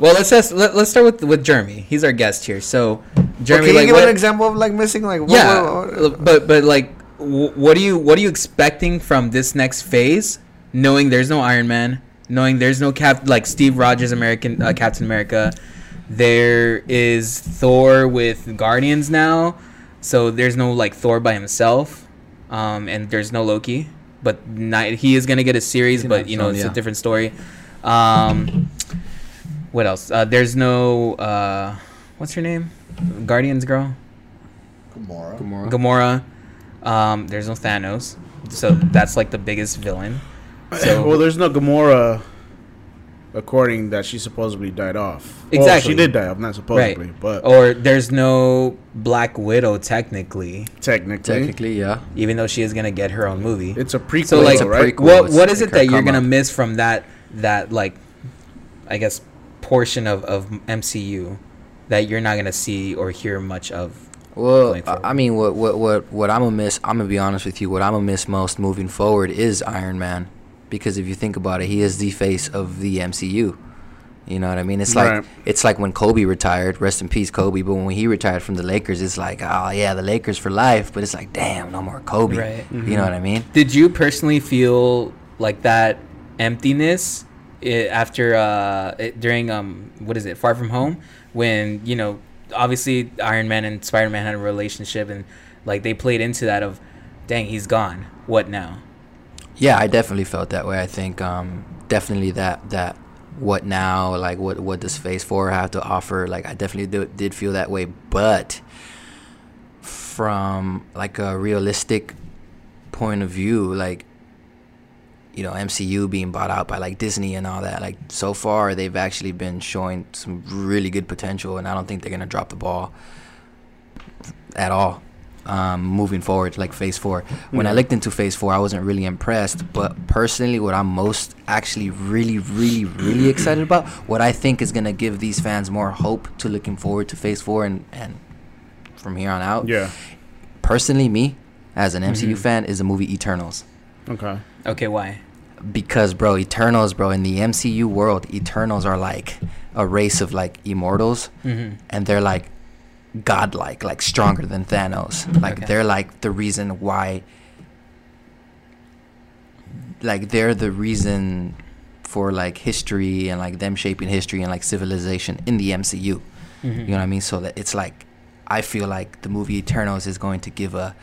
Speaker 4: well let's just, let, let's start with with jeremy he's our guest here so
Speaker 1: But
Speaker 4: jeremy
Speaker 1: can you
Speaker 4: like
Speaker 1: give
Speaker 4: what,
Speaker 1: an example of like missing? Like what,
Speaker 4: yeah
Speaker 1: what- what-
Speaker 4: l- but but like wh- what do you what are you expecting from this next phase knowing there's no iron man knowing there's no cap like steve rogers american uh, captain america there is thor with guardians now so there's no like thor by himself um and there's no loki but not, he is gonna get a series
Speaker 5: gonna
Speaker 4: but
Speaker 5: have
Speaker 4: you know
Speaker 5: some,
Speaker 4: it's
Speaker 5: yeah.
Speaker 4: a different story um what else uh, there's no uh what's her name guardians girl
Speaker 5: Gamora.
Speaker 4: Gamora. Um, there's no Thanos, so that's like the biggest villain. So
Speaker 2: Well, there's no Gamora, according that she supposedly died off. Well,
Speaker 4: Exactly.
Speaker 2: she did die off, not
Speaker 4: right, Oh.
Speaker 2: supposedly, but
Speaker 4: or there's no Black Widow technically,
Speaker 2: technically,
Speaker 9: Technically, yeah.
Speaker 4: even though she is gonna get her own movie.
Speaker 2: it's a prequel,
Speaker 4: so like,
Speaker 9: it's a
Speaker 2: right?
Speaker 9: prequel.
Speaker 4: what what
Speaker 9: It's
Speaker 4: is
Speaker 9: like
Speaker 4: it that
Speaker 9: her
Speaker 4: you're
Speaker 9: come
Speaker 4: gonna
Speaker 9: up.
Speaker 4: miss from that that like, I guess portion of of MCU that you're not gonna see or hear much of
Speaker 5: Well,
Speaker 4: going
Speaker 5: I
Speaker 4: forward.
Speaker 5: I mean, what what what what I'm gonna miss? I'm gonna be honest with you. What I'm gonna miss most moving forward is Iron Man, because if you think about it, he is the face of the MCU. You know what I mean? It's like
Speaker 2: Right.
Speaker 5: it's like when Kobe retired. Rest in peace, Kobe. But when he retired from the Lakers, it's like, oh yeah, the Lakers for life. But it's like, damn, no more Kobe.
Speaker 4: Right.
Speaker 9: Mm-hmm.
Speaker 5: You know what I mean?
Speaker 4: Did you personally feel like that emptiness i after uh, it, during um what is it Far From Home when you know obviously Iron Man and Spider Man had a relationship and like they played into that of dang he's gone what now
Speaker 5: Yeah, I definitely felt that way. I think um, definitely that that what now, like what what does Phase Four have to offer? Like I definitely do, did feel that way, but from like a realistic point of view, like you know MCU being bought out by like Disney and all that, like so far they've actually been showing some really good potential, and I don't think they're gonna drop the ball at all um, moving forward, like phase four. When I looked into phase four, I wasn't really impressed. But personally, what I'm most actually really, really, really excited about, what I think is going to give these fans more hope to looking forward to phase four and, and from here on out.
Speaker 2: Yeah.
Speaker 5: Personally, me as an MCU fan, is the movie Eternals.
Speaker 2: Okay.
Speaker 4: okay why
Speaker 5: Because, bro, Eternals, bro, in the MCU world, Eternals are like a race of like immortals, and they're like godlike, like stronger than Thanos. Like
Speaker 4: Okay.
Speaker 5: they're like the reason why. Like they're the reason for like history and like them shaping history and like civilization in the MCU.
Speaker 4: Mm-hmm.
Speaker 5: You know what I mean? So that it's like, I feel like the movie Eternals is going to give a,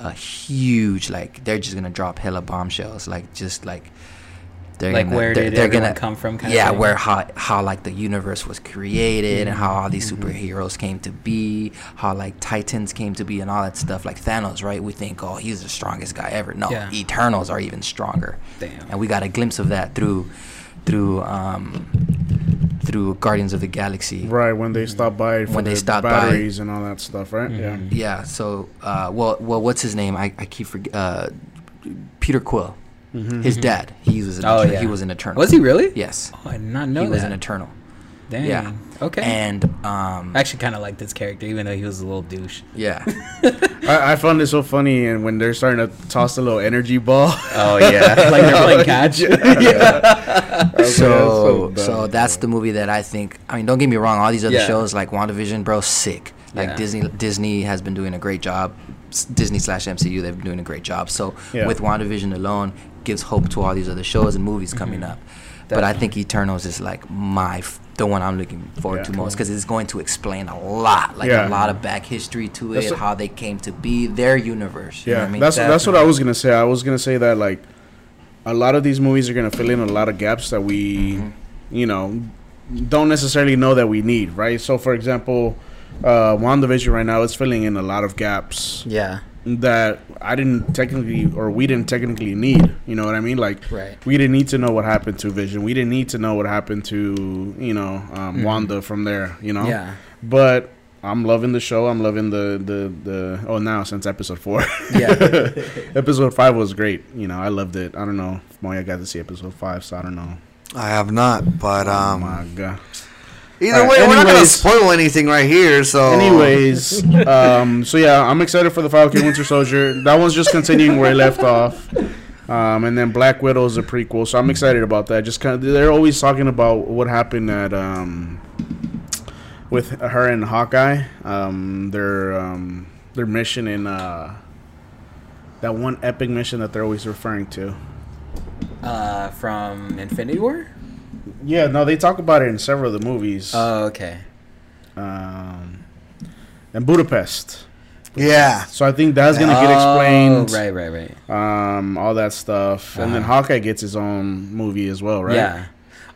Speaker 5: a huge like they're just gonna drop hella bombshells like just like they're
Speaker 4: Like,
Speaker 5: gonna,
Speaker 4: where
Speaker 5: they're,
Speaker 4: did
Speaker 5: they're
Speaker 4: everyone
Speaker 5: gonna
Speaker 4: come from kind of
Speaker 5: yeah,
Speaker 4: thing?
Speaker 5: where how how like the universe was created and how all these
Speaker 4: Mm-hmm.
Speaker 5: superheroes came to be, how like Titans came to be and all that stuff. Like Thanos, right? We think, oh, he's the strongest guy ever. No,
Speaker 4: Yeah.
Speaker 5: Eternals are even stronger.
Speaker 4: Damn.
Speaker 5: And we got a glimpse of that through through um through Guardians of the Galaxy.
Speaker 2: Right when they stop by for
Speaker 5: When
Speaker 2: the
Speaker 5: they stopped by. Mm-hmm.
Speaker 2: batteries and all that stuff, right? Yeah.
Speaker 5: Yeah. So, uh, well, well, what's his name? I, I keep forget. Uh, Peter Quill. His dad. He was. An
Speaker 4: Mm-hmm. Oh,
Speaker 5: Eter-
Speaker 4: yeah.
Speaker 5: He was an Eternal.
Speaker 4: Was he really?
Speaker 5: Yes.
Speaker 4: oh, I did not know
Speaker 5: he
Speaker 4: that
Speaker 5: was an Eternal.
Speaker 4: dang
Speaker 5: Yeah.
Speaker 4: okay
Speaker 5: And um,
Speaker 4: I actually kind of liked this character even though he was a little douche
Speaker 5: yeah.
Speaker 2: I, I found it so funny, and when they're starting to toss a little energy ball,
Speaker 5: Uh,
Speaker 4: oh yeah like they're playing catch
Speaker 5: so
Speaker 2: so
Speaker 5: so that's the movie that I think. I mean, don't get me wrong. All these other
Speaker 4: Yeah.
Speaker 5: shows like WandaVision, bro, sick. Like
Speaker 4: Yeah.
Speaker 5: Disney, Disney has been doing a great job. S- Disney slash MCU, they've been doing a great job. So
Speaker 2: Yeah.
Speaker 5: with WandaVision alone, gives hope to all these other shows and
Speaker 2: Mm-hmm.
Speaker 5: movies coming up. But I think Eternals is like my f- the one I'm looking forward
Speaker 2: Yeah.
Speaker 5: to most because it's going to explain a lot, like
Speaker 2: Yeah.
Speaker 5: a lot of back history to
Speaker 2: That's
Speaker 5: it,
Speaker 2: what-
Speaker 5: how they came to be, their universe. you know
Speaker 2: yeah,
Speaker 5: what I mean?
Speaker 2: that's that's what I was gonna say. I was gonna say that like a lot of these movies are gonna fill in a lot of gaps that we,
Speaker 5: Mm-hmm.
Speaker 2: you know, don't necessarily know that we need, right? So for example, uh, WandaVision right now is filling in a lot of gaps
Speaker 4: yeah
Speaker 2: that I didn't technically or we didn't technically need. You know what I mean? Like
Speaker 4: Right.
Speaker 2: we didn't need to know what happened to Vision. We didn't need to know what happened to you know um, Wanda from there. You know.
Speaker 4: Mm-hmm. Yeah.
Speaker 2: But I'm loving the show. I'm loving the the the. Oh, now since episode four.
Speaker 4: yeah
Speaker 2: episode five was great. You know, I loved it. I don't know if Moya got to see episode five, so I don't know.
Speaker 1: I have not, but
Speaker 2: Oh my
Speaker 1: um.
Speaker 2: god.
Speaker 1: Either
Speaker 2: Alright,
Speaker 1: way, we're not gonna
Speaker 2: anyways.
Speaker 1: spoil anything right here. So
Speaker 2: Anyways, um, so yeah, I'm excited for the Falcon Winter Soldier. That one's just continuing where it left off. Um, and then Black Widow is a prequel, so I'm excited about that. Just kind of, they're always talking about what happened at um, with her and Hawkeye. Um, their um, their mission in uh, that one epic mission that they're always referring to.
Speaker 4: uh from Infinity War
Speaker 2: Yeah, no, they talk about it in several of the movies.
Speaker 4: oh okay
Speaker 2: um, and Budapest.
Speaker 1: yeah,
Speaker 2: So I think that's gonna get explained.
Speaker 4: Oh, right, right, right.
Speaker 2: um, all that stuff, and then Hawkeye gets his own movie as well, right?
Speaker 4: Yeah.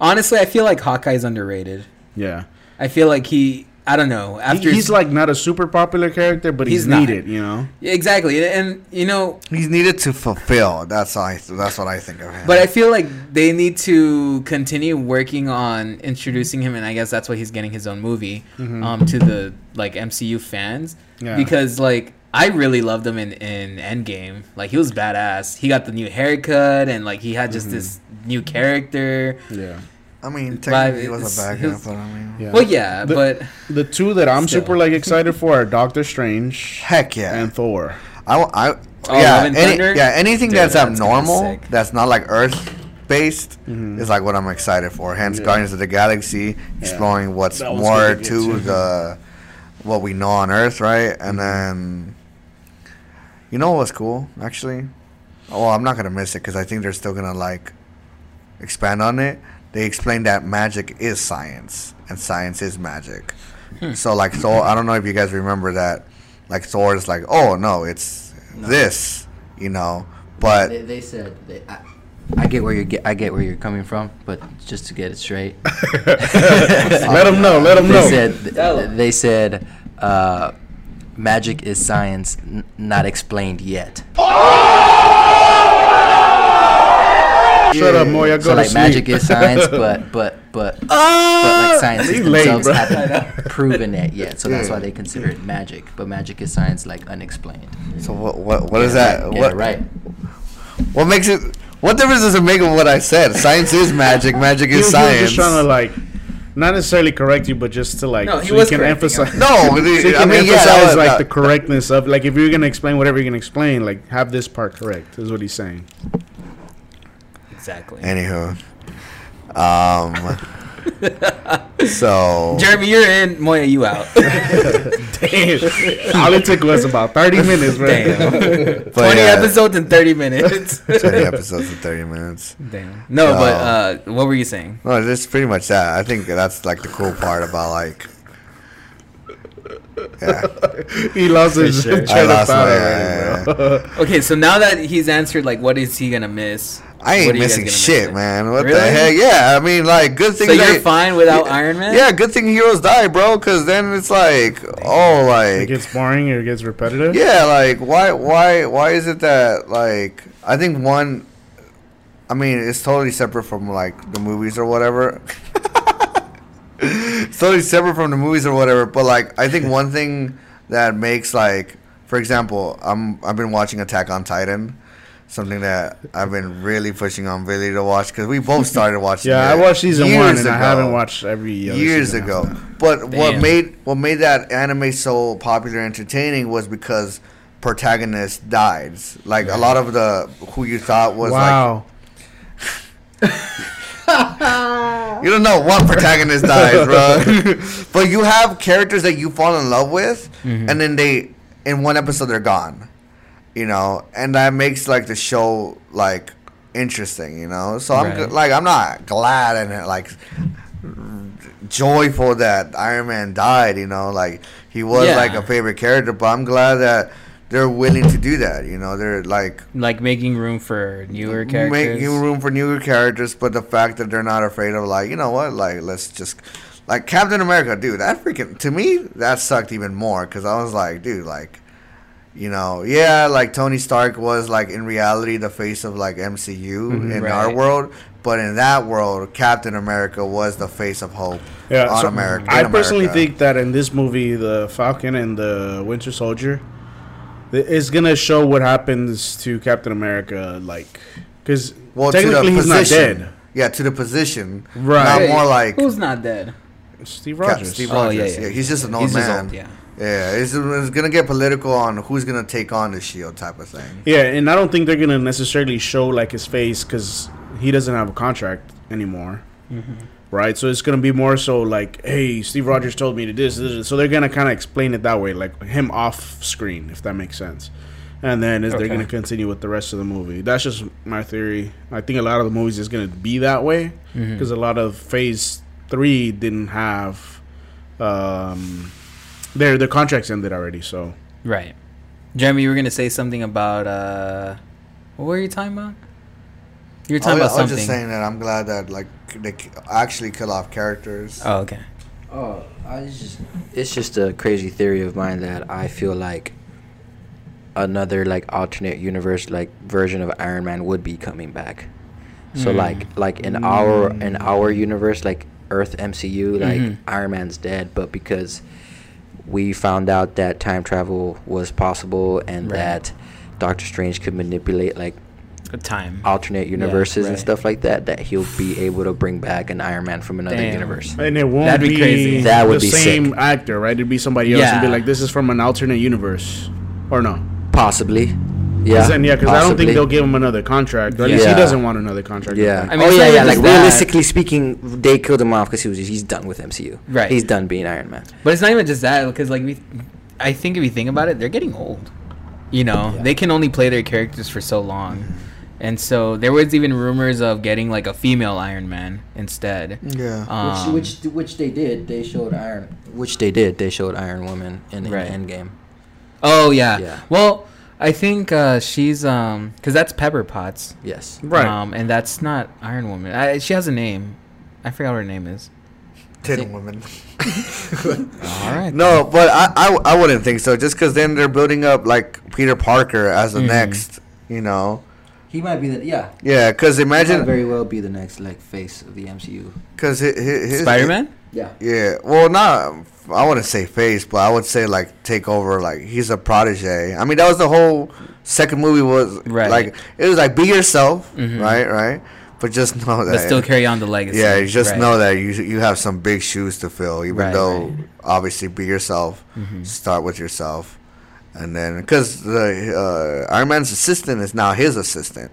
Speaker 4: Honestly, I feel like Hawkeye's underrated.
Speaker 2: yeah.
Speaker 4: I feel like he, I don't know.
Speaker 2: He-
Speaker 4: After
Speaker 2: he's like not a super popular character, but he's,
Speaker 4: He's not.
Speaker 2: needed, you know.
Speaker 4: exactly, and, and you know,
Speaker 1: he's needed to fulfill. That's all I. That's what I think of him.
Speaker 4: but I feel like they need to continue working on introducing him, and I guess that's why he's getting his own movie um, to the like MCU fans
Speaker 2: Mm-hmm. Yeah.
Speaker 4: because like. I really loved him in, in Endgame. Like he was
Speaker 2: Mm-hmm.
Speaker 4: badass. He got the new haircut and like he had just this new character.
Speaker 2: Yeah,
Speaker 1: I mean,
Speaker 4: But
Speaker 1: technically he was a
Speaker 4: it's-
Speaker 1: bad guy,
Speaker 4: his-
Speaker 1: but I mean,
Speaker 4: Well, yeah,
Speaker 2: The-
Speaker 4: but
Speaker 2: The two that I'm
Speaker 4: Still.
Speaker 2: super like excited for are Doctor Strange
Speaker 1: heck yeah.
Speaker 2: and Thor.
Speaker 1: I, wa- I
Speaker 4: Oh,
Speaker 1: yeah,
Speaker 4: Love and
Speaker 1: any-
Speaker 4: Thunder?
Speaker 1: yeah, anything
Speaker 4: Dude,
Speaker 1: that's,
Speaker 4: that's gonna be
Speaker 1: abnormal,
Speaker 4: sick.
Speaker 1: that's not like Earth based,
Speaker 2: Mm-hmm.
Speaker 1: is like what I'm excited for. Hence, Guardians of the Galaxy exploring what's
Speaker 2: That was
Speaker 1: more
Speaker 2: gonna
Speaker 1: to
Speaker 2: get to.
Speaker 1: the what we know on Earth, right?
Speaker 2: Mm-hmm.
Speaker 1: And then you know what's cool, actually. Oh, I'm not gonna miss it because I think they're still gonna like expand on it. They explained that magic is science and science is magic.
Speaker 5: Hmm.
Speaker 1: So like Thor, I don't know if you guys remember that. Like Thor is like, oh no, it's this, you know.
Speaker 5: They,
Speaker 1: But
Speaker 5: they said they, I, I get where you get I get where you're coming from, but just to get it straight,
Speaker 2: Let him know. Let him
Speaker 5: they
Speaker 2: know.
Speaker 5: said they said uh, magic is science n- not explained yet.
Speaker 2: Shut up, Moya. Go
Speaker 5: So
Speaker 2: to
Speaker 5: like
Speaker 2: sleep.
Speaker 5: magic is science, but but but but like scientists
Speaker 2: He's late,
Speaker 5: themselves
Speaker 2: bro.
Speaker 5: haven't proven it yet. So that's why they consider it magic. But magic is science like unexplained.
Speaker 1: so what? What, what is that?
Speaker 5: Get
Speaker 1: What,
Speaker 5: it right.
Speaker 1: what makes it? What difference does it make of what I said? Science is magic. Magic
Speaker 2: He
Speaker 1: is
Speaker 2: was- he was
Speaker 1: science.
Speaker 2: just trying to like, not necessarily correct you, but just to like,
Speaker 4: No, he
Speaker 2: so
Speaker 4: was
Speaker 2: you can
Speaker 4: correcting
Speaker 2: emphasize.
Speaker 1: no,
Speaker 2: So you
Speaker 1: I
Speaker 2: can
Speaker 1: mean, yeah,
Speaker 2: emphasize
Speaker 1: that was uh,
Speaker 2: like
Speaker 1: not-
Speaker 2: the correctness of like if you're gonna explain whatever you're gonna explain, like have this part correct is what he's saying.
Speaker 4: exactly.
Speaker 1: Anywho, um, so
Speaker 4: Jeremy, you're in. Moya, you out.
Speaker 2: Damn, all it took was about thirty minutes, bro.
Speaker 4: Damn. uh,
Speaker 1: but
Speaker 4: Twenty
Speaker 1: yeah,
Speaker 4: episodes in thirty minutes.
Speaker 1: twenty episodes in thirty minutes.
Speaker 4: Damn. No, but uh, what were you saying?
Speaker 1: No, that's pretty much that. I think that's like the cool part about like. Yeah,
Speaker 2: He lost his
Speaker 4: sure.
Speaker 2: train
Speaker 1: I
Speaker 2: of
Speaker 1: lost my.
Speaker 2: thought
Speaker 1: yeah,
Speaker 2: already,
Speaker 1: yeah,
Speaker 2: bro.
Speaker 1: yeah.
Speaker 4: Okay, so now that he's answered, like, what is he gonna miss?
Speaker 1: I ain't
Speaker 4: What are you guys
Speaker 1: missing
Speaker 4: gonna miss
Speaker 1: shit,
Speaker 4: then?
Speaker 1: man. What the
Speaker 4: Really?
Speaker 1: heck? Yeah, I mean, like, good thing.
Speaker 4: So
Speaker 1: that-
Speaker 4: you're fine without Iron Man?
Speaker 1: Yeah, good thing heroes die, bro. Cause then it's like, oh,
Speaker 2: It
Speaker 1: like,
Speaker 2: gets boring or it gets repetitive.
Speaker 1: Yeah, like why why why is it that like I think one I mean it's totally separate from like the movies or whatever. it's totally separate from the movies or whatever, but like I think one thing that makes like for example, I'm I've been watching Attack on Titan. Something that I've been really pushing on Billy to watch because we both started watching.
Speaker 2: Yeah, I
Speaker 1: it
Speaker 2: watched season one and
Speaker 1: years
Speaker 2: I
Speaker 1: ago
Speaker 2: haven't watched every other
Speaker 1: years
Speaker 2: season
Speaker 1: ago.
Speaker 2: after that.
Speaker 1: But what
Speaker 4: Damn.
Speaker 1: made what made that anime so popular and entertaining was because protagonist died. Like a lot of the who you thought was
Speaker 2: Wow.
Speaker 1: like you don't know what protagonist dies, bro. but you have characters that you fall in love with
Speaker 4: Mm-hmm.
Speaker 1: and then they in one episode they're gone. You know, and that makes like the show like interesting, you know. So I'm
Speaker 4: Right.
Speaker 1: g- like I'm not glad and like joyful that Iron Man died. You know, like he was
Speaker 4: Yeah.
Speaker 1: like a favorite character, but I'm glad that they're willing to do that. You know, they're like
Speaker 4: Like making room for newer characters.
Speaker 1: making room for newer characters, but the fact that they're not afraid of like you know what, like let's just like Captain America, dude. That freaking to me that sucked even more because I was like, dude, like. You know, yeah, like Tony Stark was like in reality the face of like MCU in our
Speaker 4: Mm-hmm, Right.
Speaker 1: world, but in that world, Captain America was the face of hope
Speaker 2: Yeah,
Speaker 1: on
Speaker 2: so
Speaker 1: America.
Speaker 2: I
Speaker 1: in
Speaker 2: personally
Speaker 1: America.
Speaker 2: think that in this movie, the Falcon and the Winter Soldier, th- it's gonna show what happens to Captain America, like, because
Speaker 1: Well,
Speaker 2: technically
Speaker 1: to the
Speaker 2: he's
Speaker 1: position.
Speaker 2: not
Speaker 1: Yeah, to the position.
Speaker 2: Right.
Speaker 1: Not more like
Speaker 4: Who's not dead?
Speaker 2: dead. Steve
Speaker 1: Cap-
Speaker 2: Rogers.
Speaker 1: Steve
Speaker 4: Oh,
Speaker 1: Rogers.
Speaker 4: yeah,
Speaker 1: yeah,
Speaker 4: yeah.
Speaker 1: he's just an old
Speaker 4: He's just
Speaker 1: man.
Speaker 4: old, yeah.
Speaker 1: Yeah, it's, it's gonna get political on who's gonna take on the shield type of thing.
Speaker 2: Yeah, and I don't think they're gonna necessarily show like his face because he doesn't have a contract anymore. Right, so it's gonna be more so like, hey, Steve Rogers told me to this, this, this. so they're gonna kind of explain it that way, like him off screen, if that makes sense. And then is they're
Speaker 4: Okay.
Speaker 2: gonna continue with the rest of the movie. That's just my theory. I think a lot of the movies is gonna be that way because a lot of Phase Three didn't have um, their their contracts ended already. So
Speaker 4: Right. Jeremy, you were gonna say something about uh, what were you talking about? You were
Speaker 1: I was,
Speaker 4: talking about
Speaker 1: I was
Speaker 4: something.
Speaker 1: just saying that I'm glad that like they k- actually kill off characters.
Speaker 4: oh, okay.
Speaker 5: Oh, I was just it's just a crazy theory of mine that I feel like another like alternate universe like version of Iron Man would be coming back. So like like in our in our universe like Earth MCU like Iron Man's dead but because we found out that time travel was possible and that Doctor Strange could manipulate like
Speaker 4: Good time.
Speaker 5: alternate universes and
Speaker 4: right.
Speaker 5: stuff like that, that he'll be able to bring back an Iron Man from another
Speaker 4: Damn.
Speaker 5: universe.
Speaker 2: And it won't
Speaker 4: That'd be
Speaker 2: be,
Speaker 4: crazy.
Speaker 5: That would
Speaker 2: the
Speaker 5: be sick.
Speaker 2: same actor, right? It'd be somebody else and be
Speaker 4: Yeah.
Speaker 2: like, this is from an alternate universe. Or no?
Speaker 5: Possibly. Yeah.
Speaker 2: 'Cause then, yeah, because I don't think
Speaker 5: possibly.
Speaker 2: they'll give him another contract. Or at least he
Speaker 5: Yeah.
Speaker 2: doesn't want another contract.
Speaker 5: Yeah.
Speaker 4: I mean,
Speaker 5: oh
Speaker 4: it's not
Speaker 5: yeah, yeah.
Speaker 4: even
Speaker 5: Like
Speaker 4: just that.
Speaker 5: realistically speaking, they killed him off because he was he's done with MCU.
Speaker 4: Right.
Speaker 5: He's done being Iron Man.
Speaker 4: But it's not even just that because like we, I think if you think about it, they're getting old. You know, they can only play their characters for so long, and so there was even rumors of getting like a female Iron Man instead.
Speaker 1: Yeah.
Speaker 4: Um,
Speaker 5: which which which they did. They showed Iron. Which they did. They showed Iron Woman in, in
Speaker 4: Right.
Speaker 5: Endgame.
Speaker 4: oh yeah.
Speaker 5: Yeah.
Speaker 4: Well, I think uh, she's um because that's Pepper Potts,
Speaker 5: Yes.
Speaker 2: Right.
Speaker 4: Um, and that's not Iron Woman. I, she has a name. I forgot what her name is.
Speaker 1: Tin woman.
Speaker 4: All right.
Speaker 1: No, but I, I, I wouldn't think so. Just because then they're building up like Peter Parker as
Speaker 4: Mm-hmm.
Speaker 1: the next, you know.
Speaker 5: He might be the yeah.
Speaker 1: Yeah, because
Speaker 5: He might
Speaker 1: imagine
Speaker 5: very well be the next like face of the MCU.
Speaker 1: because his, his
Speaker 4: Spider Man.
Speaker 5: Yeah.
Speaker 1: Yeah, well, not I wouldn't say face, but I would say like take over. Like he's a protege. I mean, that was the whole second movie was
Speaker 4: Right. Mm-hmm.
Speaker 1: Like it was like be yourself, right, right. But just know that
Speaker 4: But still carry on the legacy.
Speaker 1: yeah, you just
Speaker 4: Right.
Speaker 1: know that you you have some big shoes to fill, even
Speaker 4: Right, Mm-hmm.
Speaker 1: though
Speaker 4: right.
Speaker 1: obviously be yourself, start with yourself, and then because the uh, Iron Man's assistant is now his assistant,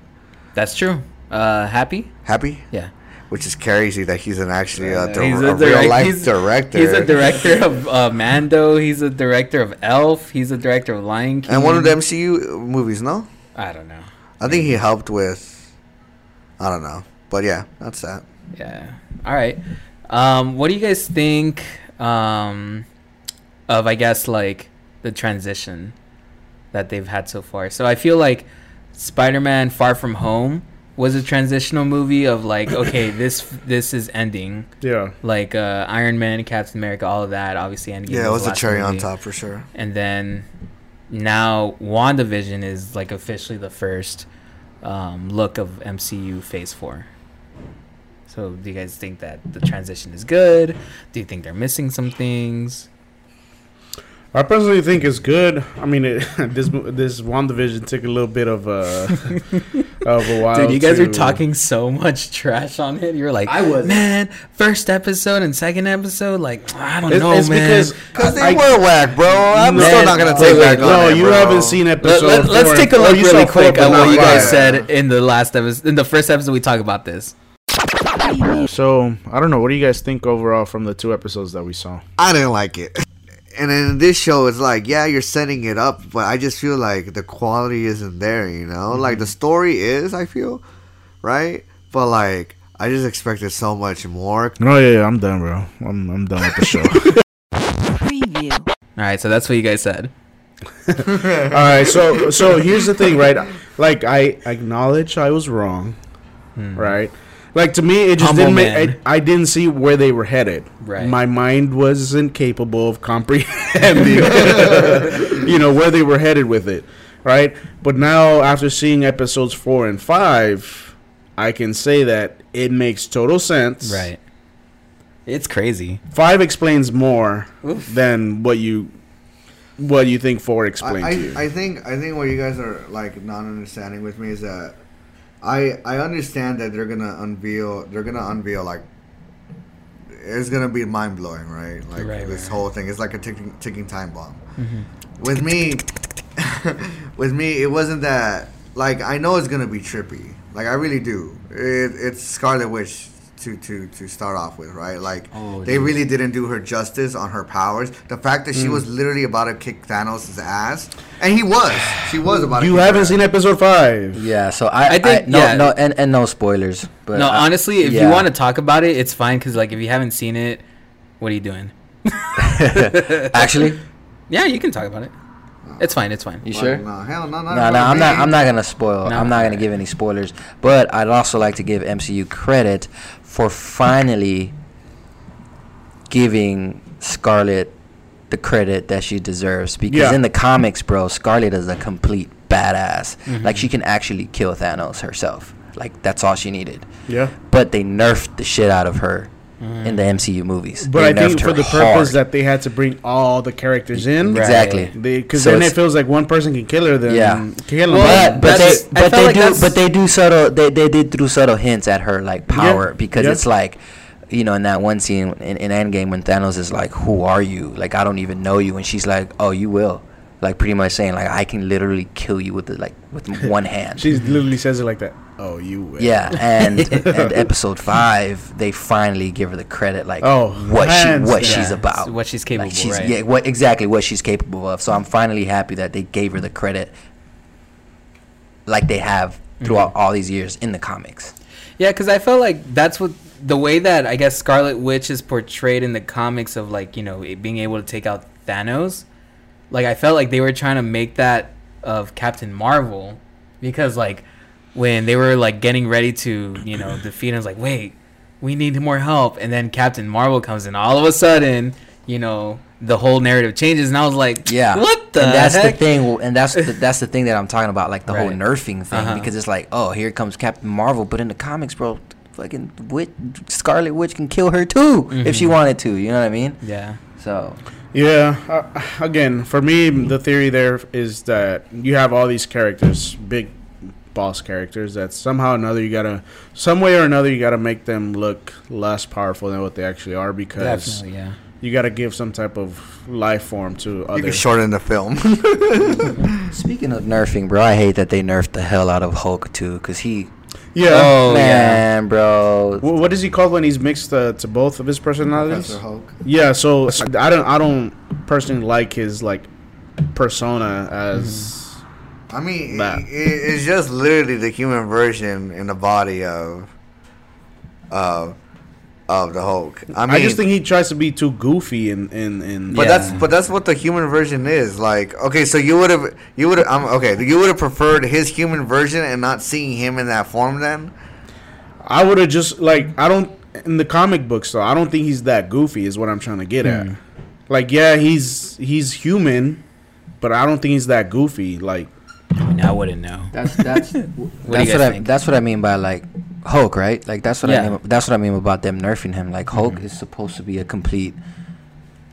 Speaker 4: That's true. Uh, happy.
Speaker 1: Happy,
Speaker 4: Yeah.
Speaker 1: which is crazy that he's an actually a, dir-
Speaker 4: He's
Speaker 1: a,
Speaker 4: a direct-
Speaker 1: real life
Speaker 4: he's-
Speaker 1: director.
Speaker 4: He's a director of uh, Mando. He's a director of Elf. He's a director of Lion King.
Speaker 1: and one of the MCU movies, no?
Speaker 4: I don't know.
Speaker 1: I think he helped with, I don't know, but yeah, that's that.
Speaker 4: Yeah. All right. Um, what do you guys think um, of? I guess like the transition that they've had so far. So I feel like Spider-Man: Far From Home was a transitional movie of like, okay, this this is ending.
Speaker 2: Yeah.
Speaker 4: Like uh, Iron Man, Captain America, all of that. Obviously, Endgame.
Speaker 1: Yeah, it was
Speaker 4: the
Speaker 1: a
Speaker 4: last
Speaker 1: cherry on
Speaker 4: movie.
Speaker 1: top for sure.
Speaker 4: and then now WandaVision is like officially the first um, look of MCU Phase Four. So, do you guys think that the transition is good? Do you think they're missing some things?
Speaker 2: I personally think it's good. I mean, it, this mo- this WandaVision took a little bit of a of a while.
Speaker 4: Dude, you guys
Speaker 2: to-
Speaker 4: were talking so much trash on it. You were like,
Speaker 5: I wasn't.
Speaker 4: man, first episode and second episode, like I don't
Speaker 2: It's,
Speaker 4: know,
Speaker 2: it's
Speaker 4: man."
Speaker 2: because
Speaker 1: Because they
Speaker 2: I-
Speaker 1: were whack, bro. I'm
Speaker 2: No,
Speaker 1: still not gonna take
Speaker 4: wait,
Speaker 1: back
Speaker 4: wait,
Speaker 1: on
Speaker 2: no,
Speaker 1: it,
Speaker 2: you
Speaker 1: bro.
Speaker 2: haven't seen
Speaker 4: Let,
Speaker 2: episode.
Speaker 4: let,
Speaker 2: four
Speaker 4: let's take
Speaker 2: and-
Speaker 4: a
Speaker 2: oh,
Speaker 4: look
Speaker 2: you
Speaker 4: really
Speaker 2: saw four,
Speaker 4: quick
Speaker 2: but
Speaker 4: at
Speaker 2: not
Speaker 4: what you guys
Speaker 2: five.
Speaker 4: said in the last episode, in the first episode we talked about this.
Speaker 2: So I don't know. What do you guys think overall from the two episodes that we saw?
Speaker 1: I didn't like it. And in this show, it's like, yeah, you're setting it up, but I just feel like the quality isn't there, you know? Like, the story is, I feel, right? But, like, I just expected so much more.
Speaker 2: No, yeah, yeah I'm done, bro. I'm I'm done with the show.
Speaker 4: All right, so that's what you guys said.
Speaker 2: All right, so so here's the thing, right? Like I acknowledge I was wrong, right? Like to me, it just
Speaker 4: Hmm. Humble
Speaker 2: didn't make.
Speaker 4: man.
Speaker 2: I, I didn't see where they were headed.
Speaker 4: Right.
Speaker 2: My mind wasn't capable of comprehending, you know, where they were headed with it, right? But now, after seeing episodes four and five, I can say that it makes total sense.
Speaker 4: Right. It's crazy.
Speaker 2: Five explains more than what you what you think four explains.
Speaker 1: I,
Speaker 2: to you.
Speaker 1: I, I think I think what you guys are like not understanding with me is that I I understand that they're gonna unveil they're gonna unveil like it's gonna be mind blowing right like
Speaker 4: Right,
Speaker 1: this
Speaker 4: right. Mm-hmm.
Speaker 1: whole thing it's like a ticking ticking time bomb with me with me it wasn't that like I know it's gonna be trippy like I really do it, it's Scarlet Witch. To, to, to start off with, right? Like,
Speaker 4: Oh,
Speaker 1: they really didn't do her justice on her powers. The fact
Speaker 4: Mm.
Speaker 1: that she was literally about to kick Thanos' ass, and he was. She was about to
Speaker 2: You
Speaker 1: kick her
Speaker 2: haven't
Speaker 1: ass.
Speaker 2: seen episode five.
Speaker 5: Yeah. So I,
Speaker 4: I
Speaker 5: I
Speaker 4: think-
Speaker 5: no
Speaker 4: yeah.
Speaker 5: no and, and no spoilers. But
Speaker 4: No,
Speaker 5: I-
Speaker 4: honestly, if you
Speaker 5: yeah.
Speaker 4: want to talk about it, it's fine because like if you haven't seen it, what are you doing?
Speaker 5: actually,
Speaker 4: Yeah, you can talk about it. It's fine. It's fine.
Speaker 5: you sure?
Speaker 1: No, hell no,
Speaker 5: No, no, I'm not. I'm not gonna spoil.
Speaker 4: No,
Speaker 5: I'm not gonna
Speaker 4: alright.
Speaker 5: give any spoilers. But I'd also like to give MCU credit for finally giving Scarlet the credit that she deserves. Because
Speaker 2: Yeah.
Speaker 5: in the comics, bro, Scarlet is a complete badass.
Speaker 2: Mm-hmm.
Speaker 5: Like she can actually kill Thanos herself. Like that's all she needed.
Speaker 2: Yeah.
Speaker 5: But they nerfed the shit out of her in the MCU movies.
Speaker 2: Mm. But
Speaker 5: They
Speaker 2: I think
Speaker 5: nerfed
Speaker 2: for
Speaker 5: her
Speaker 2: the
Speaker 5: hard.
Speaker 2: purpose that they had to bring all the characters in,
Speaker 5: Exactly.
Speaker 2: Because
Speaker 5: So
Speaker 2: then it
Speaker 5: it's-
Speaker 2: feels like one person can kill her. Then
Speaker 5: Yeah.
Speaker 2: can kill them all.
Speaker 5: But, but they
Speaker 4: that's- I
Speaker 5: but
Speaker 4: felt
Speaker 5: they
Speaker 4: like
Speaker 5: do
Speaker 4: that's-
Speaker 5: but they do subtle they, they did through subtle hints at her like power because
Speaker 2: yeah.
Speaker 5: it's like you know in that one scene in, in Endgame when Thanos is like who are you like I don't even know you and she's like oh you will like pretty much saying like I can literally kill you with the, like with one hand
Speaker 2: she literally says it like that. Oh, you. Will.
Speaker 5: yeah and, and episode five they finally give her the credit like
Speaker 2: Oh,
Speaker 5: what she
Speaker 2: hands
Speaker 5: what
Speaker 2: down.
Speaker 5: she's about
Speaker 4: What she's capable,
Speaker 5: like she's
Speaker 4: right?
Speaker 5: yeah what exactly what she's capable of so i'm finally happy that they gave her the credit like they have throughout
Speaker 4: Mm-hmm.
Speaker 5: all these years in the comics
Speaker 4: Yeah, because I felt like that's what the way that I guess Scarlet Witch is portrayed in the comics of like you know it being able to take out Thanos. Like I felt like they were trying to make that of Captain Marvel, because like when they were like getting ready to you know defeat, I was like, wait, we need more help, and then Captain Marvel comes in. All of a sudden, you know, the whole narrative changes, and I was like,
Speaker 5: yeah
Speaker 4: what the
Speaker 5: and that's
Speaker 4: heck?
Speaker 5: the thing and that's the, that's the thing that i'm talking about like the whole
Speaker 4: Right.
Speaker 5: nerfing thing
Speaker 4: Uh-huh.
Speaker 5: because it's like oh here comes captain marvel but in the comics bro fucking witch, scarlet witch can kill her too if she wanted to you know what i mean
Speaker 4: Mm-hmm. Yeah,
Speaker 5: so
Speaker 2: Yeah. Uh, again, for me, the theory there is that you have all these characters, big boss characters, that somehow or another you gotta, some way or another, you gotta make them look less powerful than what they actually are because
Speaker 4: definitely, yeah.
Speaker 2: you gotta give some type of life form to
Speaker 1: You can
Speaker 2: others.
Speaker 1: shorten the film.
Speaker 5: Speaking of nerfing, bro, I hate that they nerfed the hell out of Hulk too, cause he,
Speaker 2: yeah.
Speaker 5: oh man, bro,
Speaker 2: Wh- what is he called when he's mixed uh, to both of his personalities?
Speaker 11: Professor Hulk.
Speaker 2: Yeah, so so I don't I don't personally like his like persona as
Speaker 1: I mean,
Speaker 2: Nah.
Speaker 1: i i- it's just literally the human version in the body of of of the Hulk. I mean,
Speaker 2: I just think he tries to be too goofy and and and
Speaker 1: but
Speaker 4: Yeah.
Speaker 1: that's but that's what the human version is like. Okay, so you would have you would I'm okay. You would have preferred his human version and not seeing him in that form then.
Speaker 2: I would have just like I don't in the comic books though. I don't think he's that goofy. Is what I'm trying to get at. Like yeah, he's he's human, but I don't think he's that goofy. Like
Speaker 4: I mean, I wouldn't know.
Speaker 9: That's that's
Speaker 4: What do you
Speaker 5: that's what
Speaker 4: guys
Speaker 5: I
Speaker 4: think?
Speaker 5: that's what I mean by like Hulk, right? Like that's what
Speaker 4: Yeah. Mm-hmm.
Speaker 5: I mean, that's what I mean about them nerfing him. Like Hulk is supposed to be a complete,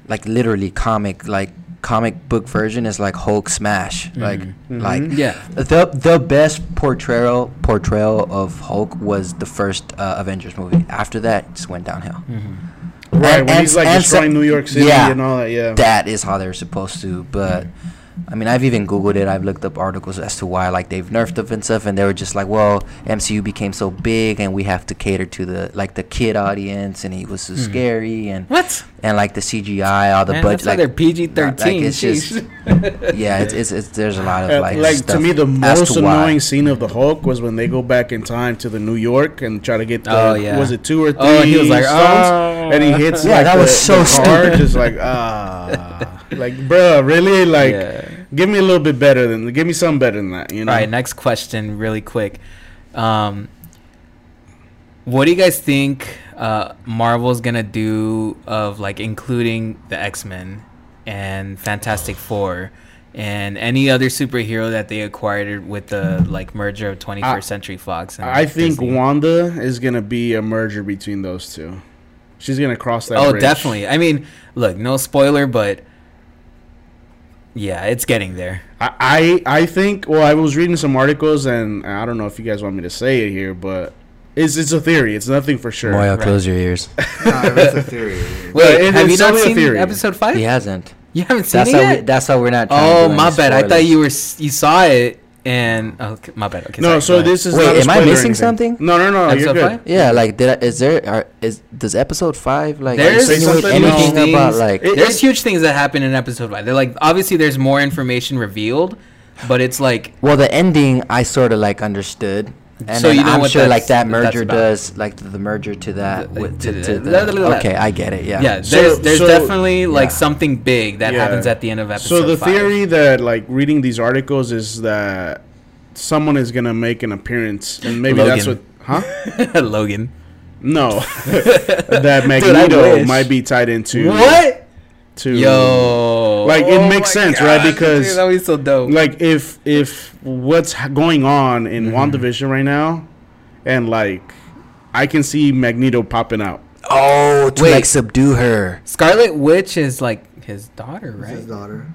Speaker 5: like literally comic like comic book version is like Hulk smash, like like
Speaker 4: Mm-hmm. Yeah.
Speaker 5: The the best portrayal portrayal of Hulk was the first uh, Avengers movie. After that, it just went downhill.
Speaker 4: Mm-hmm.
Speaker 2: right
Speaker 5: And-
Speaker 2: when
Speaker 5: and-
Speaker 2: he's like
Speaker 5: and so-
Speaker 2: destroying New York City
Speaker 5: yeah.
Speaker 2: and all that. Yeah.
Speaker 5: that is how they're supposed to. But I mean, I've even googled it. I've looked up articles as to why like they've nerfed up and stuff, and they were just like, well, MCU became so big, and we have to cater to the like the kid audience, and he was so scary, and
Speaker 4: Mm-hmm. What?
Speaker 5: and like the CGI, all the
Speaker 4: Man,
Speaker 5: budget,
Speaker 4: that's like, they're PG
Speaker 5: like,
Speaker 4: thirteen.
Speaker 5: it's just- yeah, it's, it's it's there's a lot
Speaker 2: Uh,
Speaker 5: of like
Speaker 2: like to
Speaker 5: stuff
Speaker 2: me, the
Speaker 5: as
Speaker 2: most
Speaker 5: to why.
Speaker 2: annoying scene of the Hulk was when they go back in time to the New York and try to get the
Speaker 4: Oh, yeah.
Speaker 2: was it two or three?
Speaker 4: Oh, and he was like,
Speaker 2: stones,
Speaker 4: "Oh."
Speaker 2: and he hits
Speaker 5: Yeah,
Speaker 2: like,
Speaker 5: that
Speaker 2: the-
Speaker 5: was so
Speaker 2: the car,
Speaker 5: stupid.
Speaker 2: Just like ah, like bruh, really? Like,
Speaker 4: Yeah.
Speaker 2: give me a little bit better than give me something better than that. You know,
Speaker 4: All right, next question, really quick. Um, what do you guys think uh, Marvel's gonna do of like including the X Men and Fantastic Four and any other superhero that they acquired with the like merger of 21st Century Fox? And
Speaker 2: I think
Speaker 4: Disney?
Speaker 2: Wanda is gonna be a merger between those two. She's gonna cross that.
Speaker 4: Oh,
Speaker 2: bridge.
Speaker 4: definitely. I mean, look, no spoiler, but yeah, it's getting there.
Speaker 2: I I I think. Well, I was reading some articles, and I don't know if you guys want me to say it here, but it's it's a theory. It's nothing for sure.
Speaker 5: Moyo, close your ears.
Speaker 1: Nah, that's a theory.
Speaker 4: Wait,
Speaker 2: it-
Speaker 4: have
Speaker 2: it's
Speaker 4: you not
Speaker 2: only a
Speaker 4: seen
Speaker 2: theory.
Speaker 4: episode five?
Speaker 5: He hasn't.
Speaker 4: You haven't seen
Speaker 5: That's
Speaker 4: it
Speaker 5: how
Speaker 4: yet?
Speaker 5: we, that's how we're not. Trying to
Speaker 4: Oh
Speaker 5: do any
Speaker 4: my bad. I thought
Speaker 5: spoilers.
Speaker 4: you were s- you saw it and oh, okay, my bad. Okay,
Speaker 2: No,
Speaker 4: sorry,
Speaker 2: so
Speaker 4: go
Speaker 2: this is
Speaker 5: Wait,
Speaker 2: not a
Speaker 5: am I
Speaker 2: spoiler or
Speaker 5: missing
Speaker 2: anything.
Speaker 5: something?
Speaker 2: No, no, no.
Speaker 4: Episode
Speaker 2: you're good.
Speaker 4: five?
Speaker 5: Yeah, like did I, is there are, is does episode five like
Speaker 4: ahead. there's
Speaker 2: Say
Speaker 5: insinuate
Speaker 2: something
Speaker 5: anything
Speaker 4: huge
Speaker 5: about
Speaker 4: things-
Speaker 5: like
Speaker 2: It-
Speaker 4: there's huge things that happen in episode five. They're like obviously there's more information revealed, but it's like
Speaker 5: Well, the ending I sort of like understood, and
Speaker 4: So
Speaker 5: then
Speaker 4: you know
Speaker 5: I'm
Speaker 4: what
Speaker 5: sure like
Speaker 4: that's-
Speaker 5: that
Speaker 4: what that's
Speaker 5: merger
Speaker 4: about.
Speaker 5: does, like the merger to that.
Speaker 4: The-
Speaker 5: with,
Speaker 4: to
Speaker 5: to,
Speaker 4: the-
Speaker 5: to
Speaker 4: blah, blah, blah.
Speaker 5: the, okay, I get it. Yeah.
Speaker 4: yeah,
Speaker 2: So-
Speaker 4: there's there's
Speaker 2: so-
Speaker 4: definitely like something big that
Speaker 2: Yeah.
Speaker 4: happens at the end of episode.
Speaker 2: So the
Speaker 4: five.
Speaker 2: theory that like reading these articles is that someone is gonna make an appearance, and maybe that's what,
Speaker 4: Logan.
Speaker 2: huh?
Speaker 4: Logan.
Speaker 2: No, that
Speaker 4: I
Speaker 2: Magneto
Speaker 4: wish.
Speaker 2: might be tied into
Speaker 4: What?
Speaker 2: To
Speaker 4: Yo, Oh
Speaker 2: Like, it makes
Speaker 4: my
Speaker 2: sense, right?
Speaker 4: dude,
Speaker 2: Because-
Speaker 4: that would be so dope.
Speaker 2: like if if what's h- going on
Speaker 4: Mm-hmm.
Speaker 2: in WandaVision right now, and like I can see Magneto popping out.
Speaker 5: Oh, to
Speaker 4: Wait.
Speaker 5: like subdue her.
Speaker 4: Scarlet Witch is like his daughter, right?
Speaker 1: his daughter.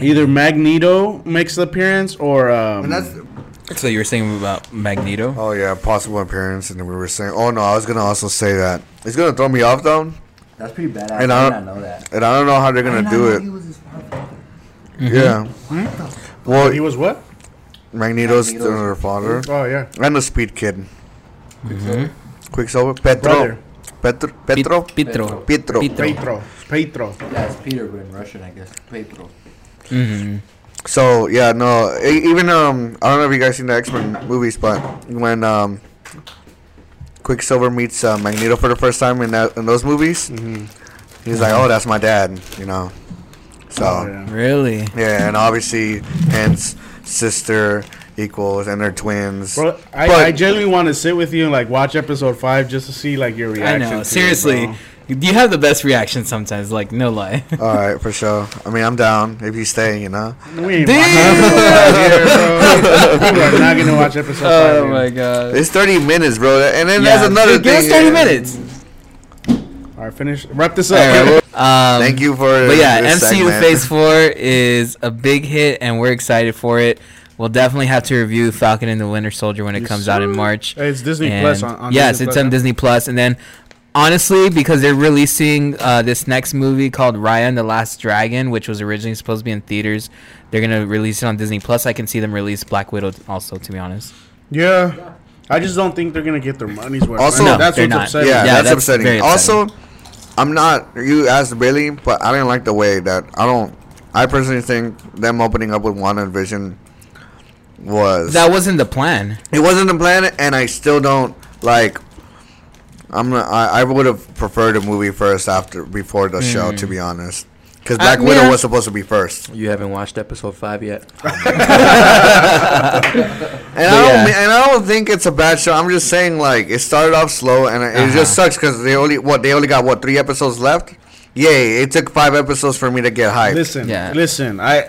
Speaker 2: Either
Speaker 4: Mm-hmm.
Speaker 2: Magneto makes the appearance or um,
Speaker 1: And that's
Speaker 4: So you were saying about Magneto?
Speaker 1: oh yeah, possible appearance, and then we were saying, oh no, I was gonna also say that it's gonna throw me off though,
Speaker 9: That's pretty badass.
Speaker 1: and I don't
Speaker 9: did not know that.
Speaker 1: and I don't know how they're gonna do it. Yeah. Well,
Speaker 2: he was what?
Speaker 1: Magneto's still her father,
Speaker 2: Oh yeah,
Speaker 1: and the Speed Kid. Quicksilver, Petro,
Speaker 2: Brother.
Speaker 1: Petro, Petro,
Speaker 4: Pitro.
Speaker 1: Pietro.
Speaker 2: Petro, Petro.
Speaker 9: That's Peter, but in Russian, I guess. Pedro.
Speaker 1: So yeah, no, e- even um, I don't know if you guys seen the X Men movies, but when um, Quicksilver meets uh, Magneto for the first time in that in those movies, he's like, "Oh, that's my dad," you know. So
Speaker 2: Oh,
Speaker 1: yeah.
Speaker 2: yeah.
Speaker 4: Really?
Speaker 1: and obviously, hence sister equals, and they're twins.
Speaker 2: Bro, I,
Speaker 1: But-
Speaker 2: I genuinely want to sit with you and like watch episode five just to see like your
Speaker 4: I
Speaker 2: reaction. to
Speaker 4: know.
Speaker 2: it,
Speaker 4: Seriously,
Speaker 2: bro.
Speaker 4: you have the best reaction sometimes. Like, no lie.
Speaker 1: All right, for sure. I mean, I'm down if you stay, you know.
Speaker 2: we ain't
Speaker 4: Damn!
Speaker 2: watching- we are not gonna watch episode
Speaker 4: oh
Speaker 2: five.
Speaker 4: my god.
Speaker 1: It's 30 minutes, bro, and then
Speaker 4: Yeah,
Speaker 1: that's another
Speaker 4: dude, Give
Speaker 1: thing.
Speaker 4: us thirty
Speaker 1: yeah.
Speaker 4: minutes.
Speaker 2: All right, finish. Wrap this up.
Speaker 4: Alright, well, um,
Speaker 1: Thank you for.
Speaker 4: But yeah,
Speaker 1: this
Speaker 4: MCU
Speaker 1: segment.
Speaker 4: Phase Four is a big hit, and we're excited for it. We'll definitely have to review Falcon and the Winter Soldier when it comes out in March.
Speaker 2: Hey, It's Disney
Speaker 4: And-
Speaker 2: Plus on, on
Speaker 4: yes,
Speaker 2: Disney
Speaker 4: it's
Speaker 2: Plus.
Speaker 4: on Disney Plus, and then honestly, because they're releasing uh, this next movie called Raya and the Last Dragon, which was originally supposed to be in theaters, they're gonna release it on Disney Plus. I can see them release Black Widow also, to be honest.
Speaker 2: Yeah, I just don't think they're gonna get their money's worth.
Speaker 1: Also-
Speaker 2: man.
Speaker 1: No,
Speaker 2: that's
Speaker 4: they're
Speaker 2: what's
Speaker 4: not.
Speaker 2: upsetting.
Speaker 1: Yeah,
Speaker 4: Yeah,
Speaker 1: that's,
Speaker 4: that's
Speaker 1: upsetting.
Speaker 4: very upsetting.
Speaker 1: Also, I'm not. You asked Billy, but I didn't like the way that I don't. I personally think them opening up with Wanda and Vision was
Speaker 4: That wasn't the plan.
Speaker 1: it wasn't the plan, and I still don't like. I'm not, I, I would have preferred a movie first after before the show to be honest, because Black Widow
Speaker 4: Mm. Uh, yeah.
Speaker 1: was supposed to be first, and
Speaker 5: You haven't watched episode five yet.
Speaker 1: I don't
Speaker 4: yeah.
Speaker 1: mi- and I don't think it's a bad show. I'm just saying like it started off slow and it,
Speaker 2: Uh-huh.
Speaker 1: it just sucks because they only what they only got what three episodes left. Yay! It took five episodes for me to get hyped.
Speaker 2: Listen,
Speaker 4: Yeah.
Speaker 2: listen. I